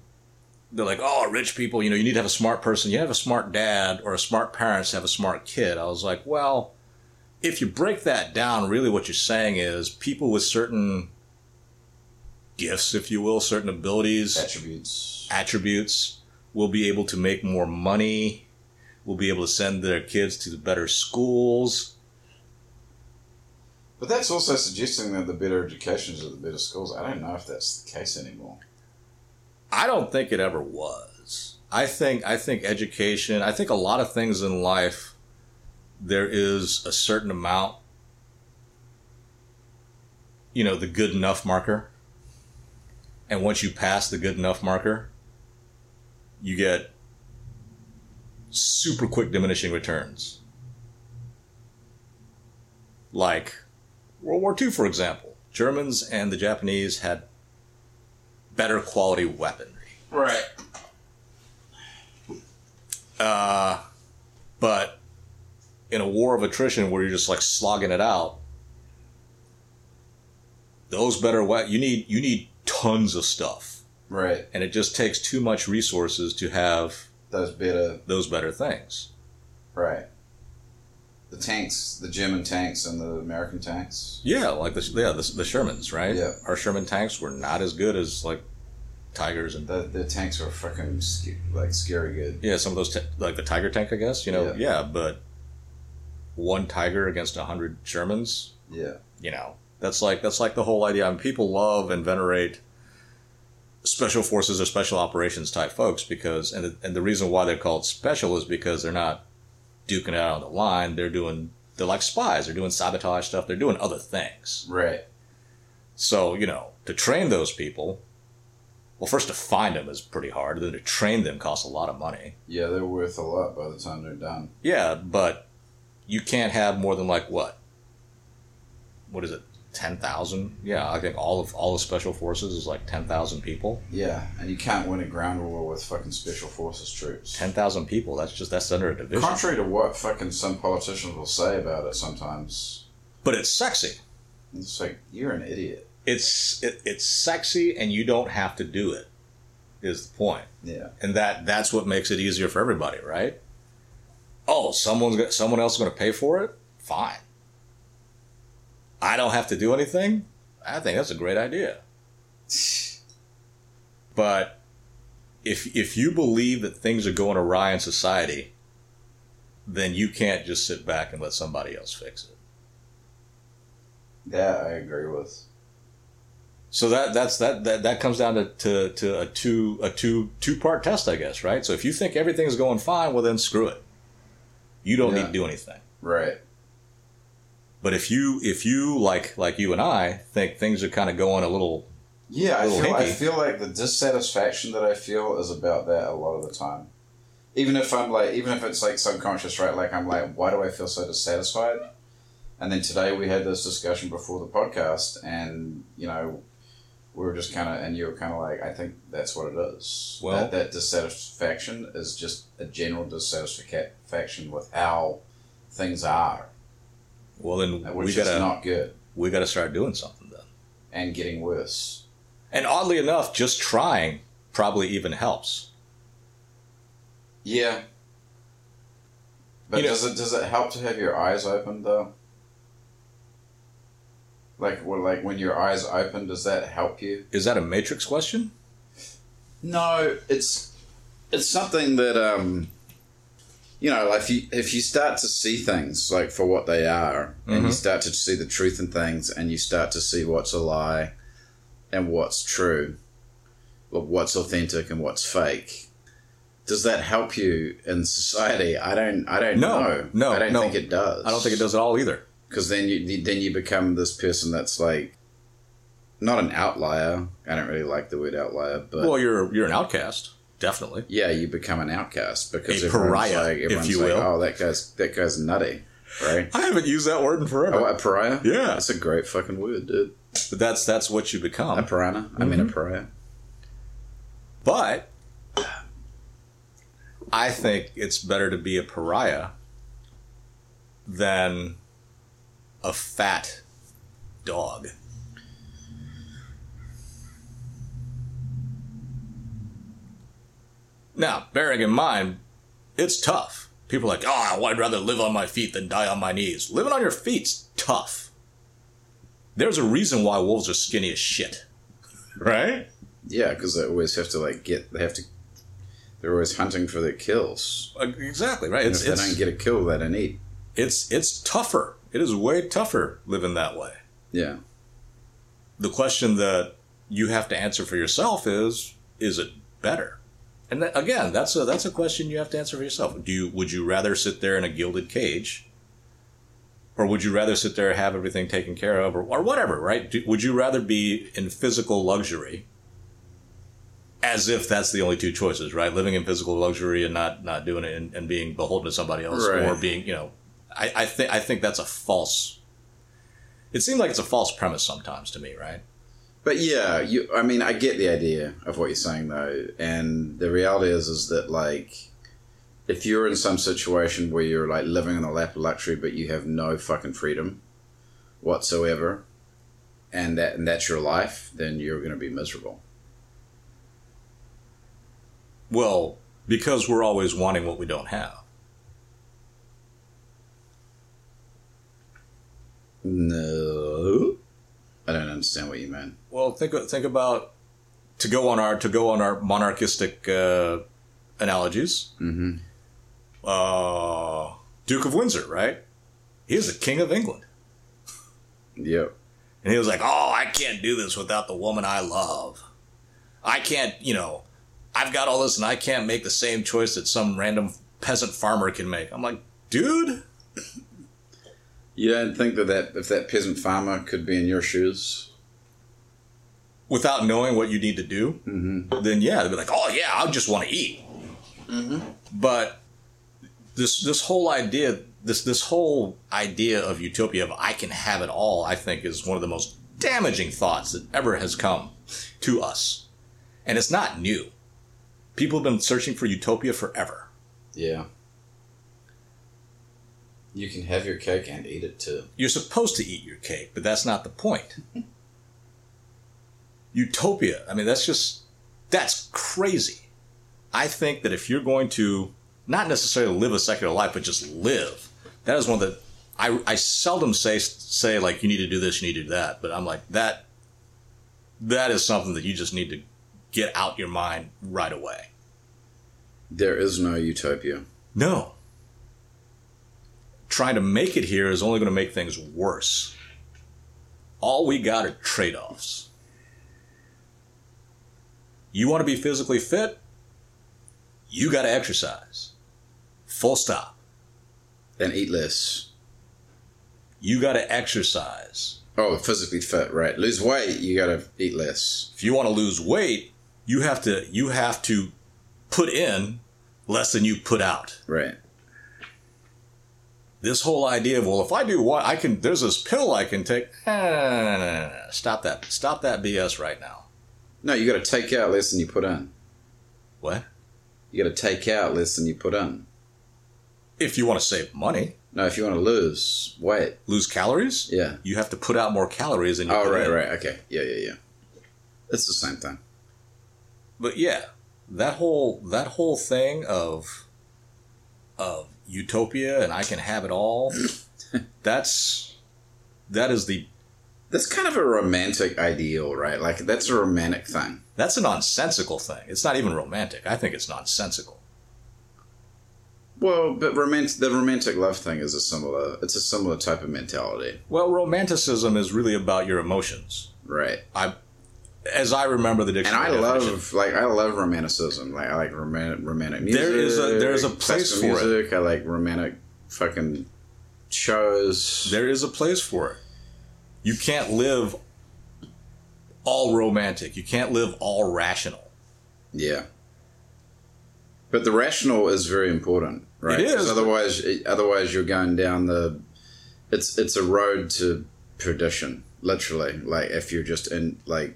Speaker 1: they're like, oh, rich people, you know, you need to have a smart person. You have a smart dad or a smart parents to have a smart kid. I was like, well, if you break that down, really what you're saying is people with certain gifts, if you will, certain abilities,
Speaker 2: Attributes.
Speaker 1: attributes will be able to make more money will be able to send their kids to the better schools
Speaker 2: But that's also suggesting that the better educations are the better schools. I don't know if that's the case anymore.
Speaker 1: I don't think it ever was. I think I think education, I think a lot of things in life there is a certain amount you know, the good enough marker. And once you pass the good enough marker, you get super quick diminishing returns. Like World War II, for example. Germans and the Japanese had better quality weaponry.
Speaker 2: Right.
Speaker 1: Uh, but in a war of attrition where you're just like slogging it out, those better we- you need you need tons of stuff,
Speaker 2: Right.
Speaker 1: and it just takes too much resources to have
Speaker 2: those better
Speaker 1: those better things.
Speaker 2: right. The tanks, the German tanks and the American tanks.
Speaker 1: Yeah, like the yeah the, the Shermans, right?
Speaker 2: Yeah.
Speaker 1: our Sherman tanks were not as good as like Tigers and
Speaker 2: The, the tanks were fucking sc- like scary good.
Speaker 1: yeah some of those t- like the Tiger tank, I guess. You know, yeah, but one Tiger against a hundred Shermans.
Speaker 2: Yeah,
Speaker 1: you know that's like that's like the whole idea I mean, people love and venerate special forces or special operations type folks because and the, and the reason why they're called special is because they're not duking it out on the line they're doing they're like spies they're doing sabotage stuff they're doing other things
Speaker 2: right.
Speaker 1: so you know to train those people well first to find them is pretty hard then to train them costs a lot of money
Speaker 2: Yeah, they're worth a lot by the time they're done.
Speaker 1: yeah but you can't have more than like what what is it 10,000 yeah i think all of all of special forces is like 10,000 people
Speaker 2: Yeah, and you can't win a ground war with fucking special forces troops.
Speaker 1: 10,000 people that's just that's under a division
Speaker 2: Contrary to what fucking some politicians will say about it sometimes,
Speaker 1: but it's sexy
Speaker 2: it's like, you're an idiot.
Speaker 1: it's it, it's sexy and you don't have to do it is the point
Speaker 2: Yeah.
Speaker 1: and that that's what makes it easier for everybody right oh someone's got someone else is going to pay for it fine i don't have to do anything i think that's a great idea But if if you believe that things are going awry in society, then you can't just sit back and let somebody else fix it.
Speaker 2: That I agree with.
Speaker 1: So that that's that that, that comes down to, to, to a two a two two part test, I guess, right? So if you think everything's going fine, well then screw it. You don't
Speaker 2: Yeah.
Speaker 1: need to do anything.
Speaker 2: Right.
Speaker 1: But if you if you like like you and I think things are kind of going a little
Speaker 2: Yeah, I
Speaker 1: Little
Speaker 2: feel, I
Speaker 1: hinky.
Speaker 2: feel like the dissatisfaction that I feel is about that a lot of the time. Even if I'm like, even if it's like subconscious, right? Like, I'm like, why do I feel so dissatisfied? And then today we had this discussion before the podcast, and, you know, we were just kind of, and you were kind of like, I think that's what it is.
Speaker 1: Well-
Speaker 2: that, that dissatisfaction is just a general dissatisfaction with how things are,
Speaker 1: well then
Speaker 2: which
Speaker 1: we
Speaker 2: is
Speaker 1: gotta
Speaker 2: not good
Speaker 1: we gotta start doing something then.
Speaker 2: and getting worse.
Speaker 1: And oddly enough, just trying probably even helps.
Speaker 2: Yeah. But
Speaker 1: You know-
Speaker 2: does it does it help to have your eyes open though? Like well, like when your eyes open, does that help you?
Speaker 1: Is that a matrix question?
Speaker 2: No, it's it's something that um you know, if you if you start to see things like for what they are, and
Speaker 1: Mm-hmm.
Speaker 2: you start to see the truth in things, and you start to see what's a lie, and what's true, or what's authentic and what's fake, does that help you in society? I don't, I don't
Speaker 1: No,
Speaker 2: know.
Speaker 1: no,
Speaker 2: I don't
Speaker 1: no.
Speaker 2: think it does.
Speaker 1: I don't think it does at all either.
Speaker 2: because then you then you become this person that's like not an outlier. I don't really like the word outlier, but
Speaker 1: Well, you're you're an outcast, definitely.
Speaker 2: yeah, you become an outcast because
Speaker 1: A
Speaker 2: everyone's
Speaker 1: pariah,
Speaker 2: like,
Speaker 1: if
Speaker 2: everyone's
Speaker 1: you
Speaker 2: like,
Speaker 1: will.
Speaker 2: oh, that guy's that guy's nutty, right?
Speaker 1: I haven't used that word in
Speaker 2: Oh,
Speaker 1: forever.
Speaker 2: a pariah?
Speaker 1: Yeah.
Speaker 2: that's a great fucking word, dude.
Speaker 1: But that's that's what you
Speaker 2: A
Speaker 1: become.
Speaker 2: piranha. I mean, a
Speaker 1: Mm-hmm.
Speaker 2: pariah.
Speaker 1: But I think it's better to be a pariah than a fat dog. Now, bearing in mind, it's tough. People are like, oh, I'd rather live on my feet than die on my knees. Living on your feet's tough. There's a reason why wolves are skinny as shit. Right?
Speaker 2: Yeah, because they always have to like get. They have to. They're always hunting for their kills.
Speaker 1: Uh, Exactly right.
Speaker 2: And
Speaker 1: It's
Speaker 2: if they
Speaker 1: it's,
Speaker 2: don't get a kill, they don't eat.
Speaker 1: it's it's tougher. It is way tougher living that way.
Speaker 2: Yeah,
Speaker 1: The question that you have to answer for yourself is: Is it better? And that, again, that's a that's a question you have to answer for yourself. Do you would you rather sit there in a gilded cage, or would you rather sit there and have everything taken care of, or, or whatever? Right? Do, would you rather be in physical luxury? As if that's the only two choices, right? Living in physical luxury and not not doing it and, and being beholden to somebody else,
Speaker 2: Right.
Speaker 1: or being you know, I, I think I think that's a false. It seems like it's a false premise sometimes to me, right?
Speaker 2: but yeah, you. I mean, I get the idea of what you're saying though, and the reality is, is that like. If you're in some situation where you're like living in the lap of luxury, but you have no fucking freedom whatsoever, and that and that's your life, then you're going to be miserable.
Speaker 1: Well, because we're always wanting what we don't have.
Speaker 2: No, I don't understand what you meant.
Speaker 1: Well, think think about to go on our to go on our monarchistic uh, analogies.
Speaker 2: Mm-hmm.
Speaker 1: Uh, Duke of Windsor, right? He was the king of England,
Speaker 2: Yep.
Speaker 1: and he was like, "Oh, I can't do this without the woman I love. I can't, you know, I've got all this, and I can't make the same choice that some random peasant farmer can make." I'm like, dude,
Speaker 2: You don't think that, that if that peasant farmer could be in your shoes?
Speaker 1: without knowing what you need to do, then yeah, they'd be like, "Oh yeah, I just want to eat." But this this whole idea this this whole idea of utopia of I can have it all, I think, is one of the most damaging thoughts that ever has come to us, and it's not new. People have been searching for utopia forever.
Speaker 2: Yeah. You can have your cake and eat it too.
Speaker 1: You're supposed to eat your cake, but that's not the point. Utopia. I mean, that's just, that's crazy. I think that if you're going to not necessarily live a secular life, but just live, that is one that I, I seldom say, say like, you need to do this, you need to do that. But I'm like, that, that is something that you just need to get out your mind right away.
Speaker 2: There is no utopia.
Speaker 1: No. Trying to make it here is only going to make things worse. All we got are trade offs. You want to be physically fit? You got to exercise. Full stop.
Speaker 2: And eat less.
Speaker 1: You got to exercise.
Speaker 2: Oh, physically fit, right? Lose weight, you gotta eat less.
Speaker 1: If you want to lose weight, you have to you have to put in less than you put out.
Speaker 2: Right.
Speaker 1: this whole idea of well if i do what i can there's this pill i can take no, no, no, no, no. stop that stop that bs right now
Speaker 2: No, you gotta take out less than you put in.
Speaker 1: what
Speaker 2: You gotta take out less than you put in.
Speaker 1: if you want to save money
Speaker 2: No, if you wanna lose weight,
Speaker 1: lose calories
Speaker 2: yeah.
Speaker 1: you have to put out more calories than you
Speaker 2: Oh,
Speaker 1: put
Speaker 2: right,
Speaker 1: in.
Speaker 2: right, okay. Yeah, yeah, yeah. It's the same thing.
Speaker 1: but yeah that whole that whole thing of of utopia and i can have it all that's that is the
Speaker 2: That's kind of a romantic ideal, right? Like, that's a romantic thing.
Speaker 1: that's a nonsensical thing it's not even romantic i think it's nonsensical
Speaker 2: Well, but romantic, the romantic love thing is a similar, it's a similar type of mentality,
Speaker 1: well romanticism is really about your emotions
Speaker 2: right?
Speaker 1: as I remember the
Speaker 2: And
Speaker 1: dictionary.
Speaker 2: I
Speaker 1: definition.
Speaker 2: love, like, I love romanticism. Like, I like romantic, romantic music.
Speaker 1: There is a- there is a place
Speaker 2: classical
Speaker 1: for it.
Speaker 2: music. I like romantic fucking shows.
Speaker 1: There is a place for it. You can't live all romantic. You can't live all rational.
Speaker 2: Yeah. But the rational is very important, right?
Speaker 1: It is.
Speaker 2: 'Cause Otherwise, otherwise you're going down the. It's it's a road to perdition, literally. Like if you're just in like.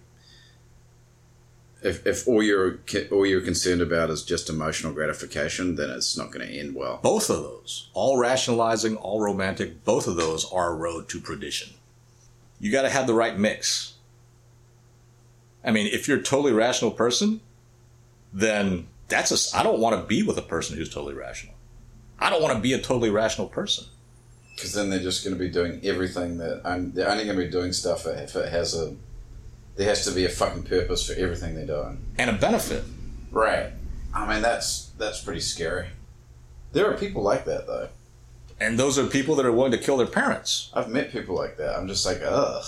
Speaker 2: If, if all you're ca- all you're concerned about is just emotional gratification, then it's not going to end well.
Speaker 1: Both of those, all rationalizing, all romantic, both of those are a road to perdition. You got to have the right mix. I mean, if you're a totally rational person, then that's a. s- I don't want to be with a person who's totally rational. I don't want to be a totally rational person.
Speaker 2: Because then they're just going to be doing everything that I'm, they're only going to be doing stuff if it has a. There has to be a fucking purpose for everything they're doing.
Speaker 1: And a benefit.
Speaker 2: Right. I mean that's that's pretty scary. There are people like that though.
Speaker 1: And those are people that are willing to kill their parents.
Speaker 2: I've met people like that. I'm just like, ugh.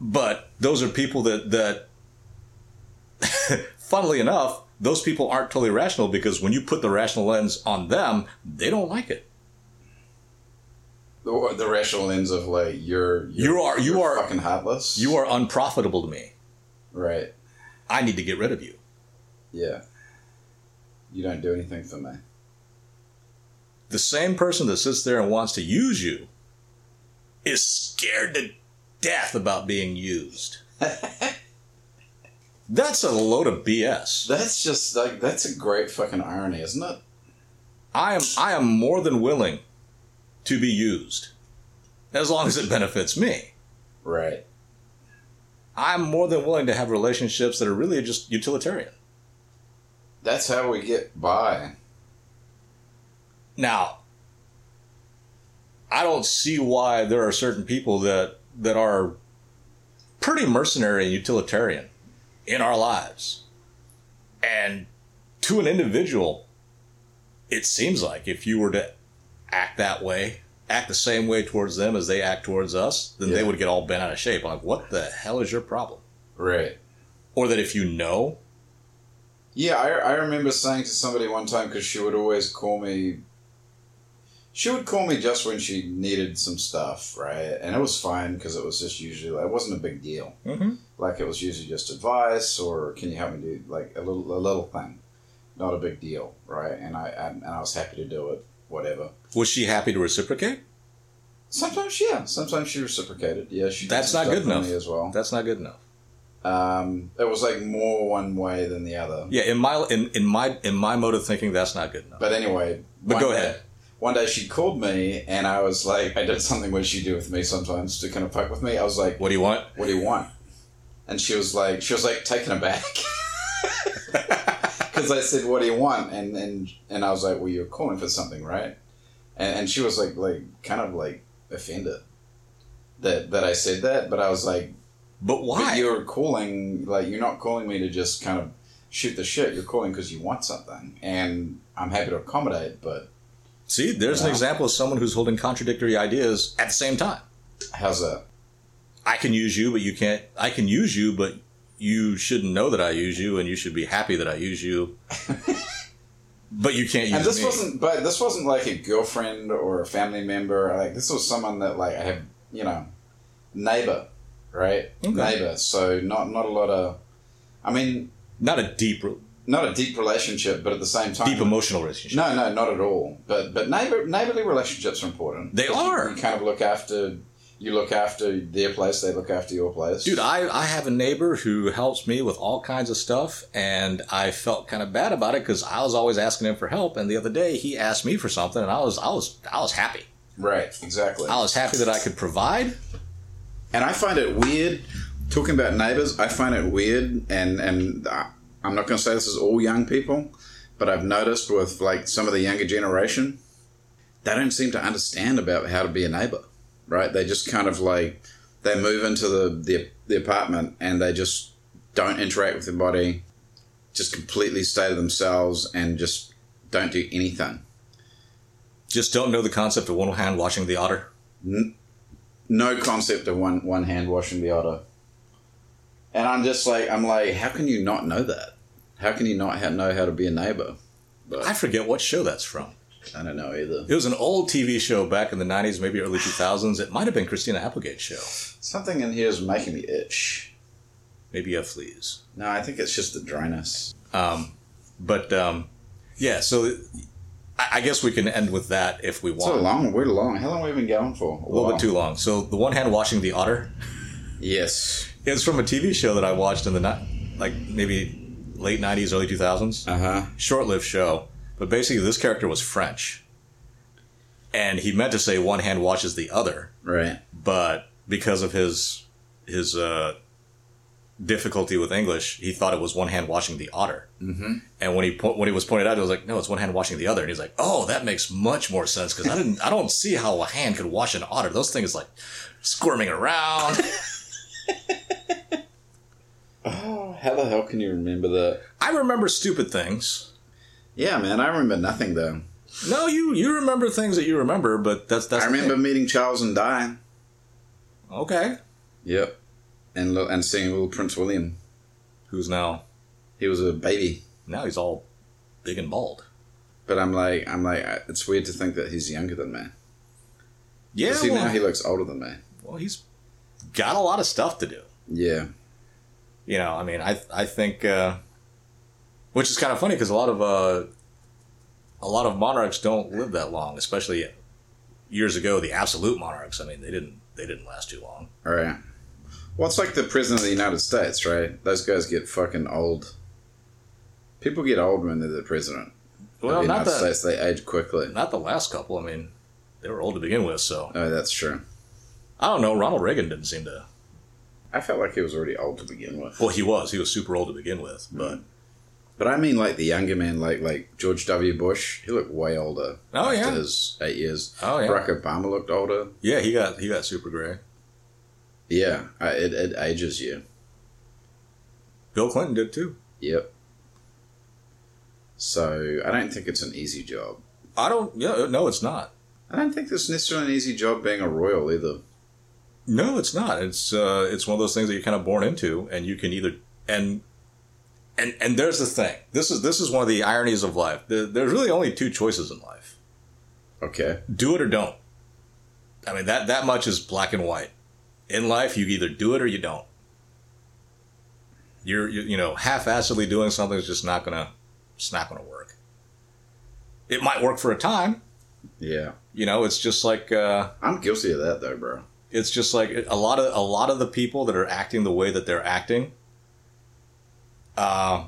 Speaker 1: but those are people that that funnily enough those people aren't totally rational because when you put the rational lens on them they don't like it
Speaker 2: The, the rational lens of like you're
Speaker 1: You are- you
Speaker 2: you're
Speaker 1: are-
Speaker 2: fucking heartless.
Speaker 1: you are unprofitable to me
Speaker 2: right.
Speaker 1: i need to get rid of you
Speaker 2: Yeah. You don't do anything for me.
Speaker 1: the same person that sits there and wants to use you is scared to death about being used that's a load of bs
Speaker 2: That's just like that's a great fucking irony, isn't it?
Speaker 1: I am I am more than willing to be used as long as it benefits me.
Speaker 2: Right.
Speaker 1: I'm more than willing to have relationships that are really just utilitarian.
Speaker 2: That's how we get by.
Speaker 1: Now, I don't see why there are certain people that that are pretty mercenary and utilitarian in our lives. And to an individual, it seems like if you were to act that way, act the same way towards them as they act towards us, then they
Speaker 2: Yeah.
Speaker 1: would get all bent out of shape. Like, what the hell is your problem?
Speaker 2: Right.
Speaker 1: Or that if you know,
Speaker 2: Yeah, I, I remember saying to somebody one time because she would always call me. She would call me just when she needed some stuff, right? And it was fine because it was just usually it wasn't a big deal.
Speaker 1: Mhm.
Speaker 2: Like it was usually just advice or can you help me do like a little a little thing, not a big deal, right? And I and, and I was happy to do it, whatever.
Speaker 1: was she happy to reciprocate?
Speaker 2: Sometimes, yeah. Sometimes she reciprocated. Yeah, she. did
Speaker 1: That's
Speaker 2: some
Speaker 1: not
Speaker 2: stuff
Speaker 1: good
Speaker 2: for
Speaker 1: enough.
Speaker 2: me as well.
Speaker 1: That's not good enough.
Speaker 2: Um, it was like more one way than the other.
Speaker 1: Yeah, in my in, in my in my mode of thinking, that's not good enough.
Speaker 2: But anyway,
Speaker 1: But go
Speaker 2: one
Speaker 1: ahead.
Speaker 2: day- one day she called me, and I was like, I did something which she do with me sometimes to kind of poke with me. I was like,
Speaker 1: What do you want?
Speaker 2: "What do you want?" And she was like, she was like taken aback because I said, "What do you want?" And and and I was like, "Well, you're calling for something, right?" And, and she was like, like kind of like offended that that I said that, but I was like,
Speaker 1: But why?
Speaker 2: But you're calling, like, you're not calling me to just kind of shoot the shit. You're calling because you want something. And I'm happy to accommodate, but
Speaker 1: See, there's an
Speaker 2: Yeah.
Speaker 1: example of someone who's holding contradictory ideas at the same time.
Speaker 2: how's that?
Speaker 1: I can use you, but you can't. I can use you, but you shouldn't know that I use you, and you should be happy that I use you. but you can't use
Speaker 2: And this
Speaker 1: me.
Speaker 2: wasn't, but this wasn't like a girlfriend or a family member. Like, this was someone that, like, I have, you know, neighbor, right?
Speaker 1: Okay.
Speaker 2: Neighbor. So not, not a lot of, I mean,
Speaker 1: Not a deep,
Speaker 2: not a deep relationship, but at the same time,
Speaker 1: deep emotional relationship.
Speaker 2: No, no, not at all. But but neighbor, neighborly relationships are important.
Speaker 1: They
Speaker 2: You-
Speaker 1: are.
Speaker 2: You kind of look after you look after their place. They look after your place.
Speaker 1: Dude, I, I have a neighbor who helps me with all kinds of stuff, and I felt kind of bad about it because I was always asking him for help. And the other day, he asked me for something, and I was I was I was happy.
Speaker 2: right, exactly.
Speaker 1: I was happy that I could provide.
Speaker 2: and I find it weird talking about neighbors. I find it weird, and and I, I'm not going to say this is all young people, but I've noticed with like some of the younger generation, they don't seem to understand about how to be a neighbor. Right? They just kind of like they move into the the, the apartment and they just don't interact with anybody, just completely stay to themselves and just don't do anything.
Speaker 1: Just don't know the concept of one hand washing the otter.
Speaker 2: no concept of one one hand washing the other. And I'm just like, I'm like, how can you not know that? How can you not ha- know how to be a neighbor? But
Speaker 1: I forget what show that's from.
Speaker 2: I don't know either.
Speaker 1: It was an old TV show back in the 90s, maybe early 2000s. It might have been Christina Applegate's show.
Speaker 2: Something in here is making me itch.
Speaker 1: Maybe a Fleas.
Speaker 2: No, I think it's just the dryness.
Speaker 1: Um, but um, yeah, so I, I guess we can end with that if we
Speaker 2: It's so
Speaker 1: want.
Speaker 2: long. We're long. How long have we been going for?
Speaker 1: A little bit too long. So the one hand washing the otter
Speaker 2: Yes.
Speaker 1: is from a TV show that I watched in the ni- like maybe late 90s, early 2000s.
Speaker 2: Uh huh.
Speaker 1: Short-lived show, but basically this character was French, and he meant to say one hand washes the other.
Speaker 2: Right.
Speaker 1: but because of his his uh, difficulty with English, he thought it was one hand washing the otter. Mm-hmm. And when he po- when he was pointed out, it was like, no, it's one hand washing the other. And he's like, oh, that makes much more sense because I didn't I don't see how a hand could wash an otter. Those things like squirming around.
Speaker 2: Oh, how the hell can you remember that?
Speaker 1: I remember stupid things.
Speaker 2: Yeah, man. I remember nothing though.
Speaker 1: No, you you remember things that you remember, but that's that's
Speaker 2: I remember meeting Charles and Di.
Speaker 1: okay.
Speaker 2: Yep. And lo- and seeing little Prince William.
Speaker 1: Who's now?
Speaker 2: He was a baby.
Speaker 1: Now he's all big and bald.
Speaker 2: But I'm like, I'm like, I- it's weird to think that he's younger than me.
Speaker 1: Yeah,
Speaker 2: 'Cause he,
Speaker 1: well,
Speaker 2: now he looks older than me.
Speaker 1: well, he's got a lot of stuff to do.
Speaker 2: Yeah,
Speaker 1: you know, I mean, I I think, uh, which is kind of funny because a lot of uh, a lot of monarchs don't live that long, especially years ago. The absolute monarchs, I mean, they didn't they didn't last too long.
Speaker 2: all right. Well, it's like the president of the United States, right? Those guys get fucking old. People get old when they're the president. of
Speaker 1: Well,
Speaker 2: the
Speaker 1: not
Speaker 2: United
Speaker 1: the
Speaker 2: States, they age quickly.
Speaker 1: not the last couple. I mean, they were old to begin with, so
Speaker 2: Oh, that's true.
Speaker 1: I don't know. Ronald Reagan didn't seem to.
Speaker 2: I felt like he was already old to begin with.
Speaker 1: Well, he was he was super old to begin with, but
Speaker 2: But I mean, like the younger man, like like George W. Bush, he looked way older.
Speaker 1: Oh,
Speaker 2: after
Speaker 1: yeah.
Speaker 2: his eight years.
Speaker 1: Oh yeah,
Speaker 2: Barack Obama looked older.
Speaker 1: yeah. He got he got super gray.
Speaker 2: Yeah, I, it, it ages you.
Speaker 1: Bill Clinton did too.
Speaker 2: Yep. So I don't think it's an easy job.
Speaker 1: I don't. Yeah, no, it's not.
Speaker 2: I don't think it's necessarily an easy job being a royal either.
Speaker 1: No, it's not. It's uh, it's one of those things that you're kind of born into, and you can either and and and there's the thing. This is this is one of the ironies of life. There, there's really only two choices in life:
Speaker 2: Okay.
Speaker 1: do it or don't. I mean that that much is black and white. In life, you either do it or you don't. You're you, you know half-assedly doing something is just not gonna it's not gonna work. It might work for a time.
Speaker 2: Yeah.
Speaker 1: You know, it's just like. Uh,
Speaker 2: I'm guilty of that though, bro.
Speaker 1: it's just like a lot of a lot of the people that are acting the way that they're acting uh,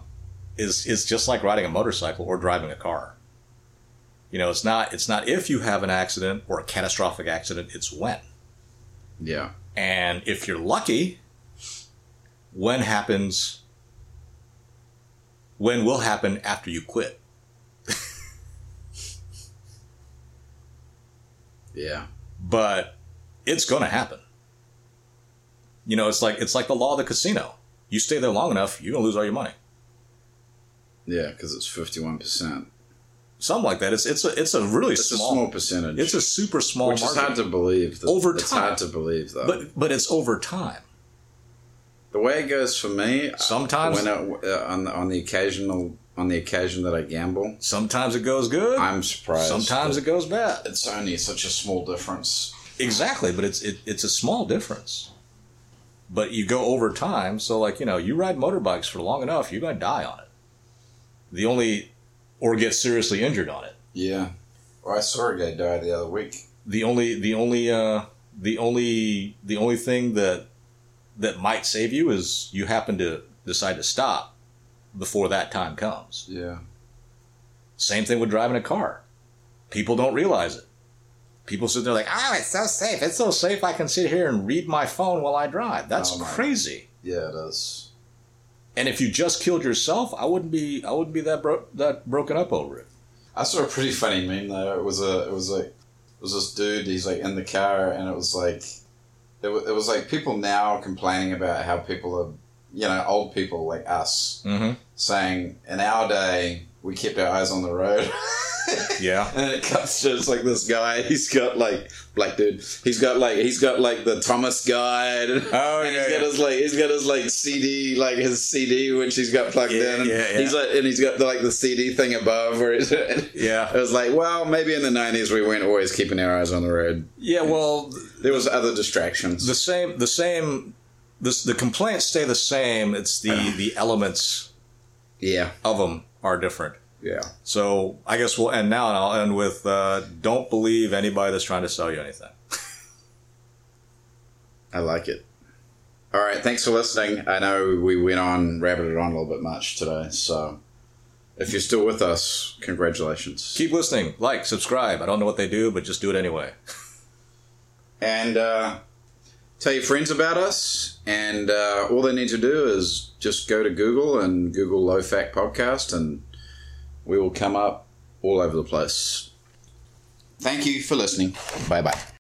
Speaker 1: is is just like riding a motorcycle or driving a car. You know, it's not it's not if you have an accident or a catastrophic accident, it's when.
Speaker 2: Yeah.
Speaker 1: And if you're lucky, when happens when will happen after you quit.
Speaker 2: Yeah.
Speaker 1: but it's going to happen. You know, it's like it's like the law of the casino. You stay there long enough, you're going to lose all your money.
Speaker 2: Yeah, because it's 51%.
Speaker 1: Something like that. It's it's a it's a really
Speaker 2: It's
Speaker 1: small,
Speaker 2: a small percentage.
Speaker 1: It's a super small
Speaker 2: which is
Speaker 1: market,
Speaker 2: hard to believe. That,
Speaker 1: Over
Speaker 2: it's
Speaker 1: time.
Speaker 2: hard to believe though.
Speaker 1: but but it's over time.
Speaker 2: the way it goes for me,
Speaker 1: Sometimes-
Speaker 2: Uh, when I, uh, on the, on the occasional on the occasion that I gamble,
Speaker 1: Sometimes it goes good.
Speaker 2: I'm surprised.
Speaker 1: sometimes
Speaker 2: that
Speaker 1: it goes bad.
Speaker 2: it's only such a small difference.
Speaker 1: Exactly, but it's it, it's a small difference. But you go over time, so like you know, you ride motorbikes for long enough, you're going to die on it. The only or get seriously injured on it.
Speaker 2: Yeah. Well, I saw a guy die the other week.
Speaker 1: the only the only uh, the only the only thing that that might save you is you happen to decide to stop before that time comes.
Speaker 2: Yeah.
Speaker 1: Same thing with driving a car. People don't realize it. People sit there like, "Oh, it's so safe. It's so safe. I can sit here and read my phone while I drive." That's
Speaker 2: Oh, my.
Speaker 1: crazy.
Speaker 2: Yeah, it is.
Speaker 1: And if you just killed yourself, I wouldn't be I wouldn't be that bro- that broken up over it.
Speaker 2: I saw a pretty funny meme though. It was a it was like it was this dude. He's like in the car, and it was like it was, it was like people now complaining about how people are you know old people like us
Speaker 1: Mm-hmm.
Speaker 2: saying in our day we kept our eyes on the road.
Speaker 1: Yeah.
Speaker 2: And it cuts to it's like this guy. He's got like black dude. He's got like he's got like the Thomas guide.
Speaker 1: Oh
Speaker 2: And he's got his like he's got his like CD like his CD which he's got plugged
Speaker 1: Yeah,
Speaker 2: in. And
Speaker 1: yeah, yeah.
Speaker 2: He's like and he's got the, like the CD thing above where he's. It
Speaker 1: yeah.
Speaker 2: was like, well, maybe in the nineties we weren't always keeping our eyes on the road.
Speaker 1: Yeah. Well,
Speaker 2: There was other distractions.
Speaker 1: the same the same this the complaints stay the same it's the the elements
Speaker 2: yeah,
Speaker 1: of them are different
Speaker 2: yeah,
Speaker 1: so i guess we'll end now and i'll end with uh, don't believe anybody that's trying to sell you anything
Speaker 2: I like it. All right, thanks for listening. I know we went on rabbited on a little bit much today, so if you're still with us, congratulations.
Speaker 1: keep listening like subscribe i don't know what they do but just do it anyway
Speaker 2: and uh, tell your friends about us. And uh, all they need to do is just go to Google and Google Low Fat Podcast, and we will come up all over the place. Thank you for listening. Bye bye.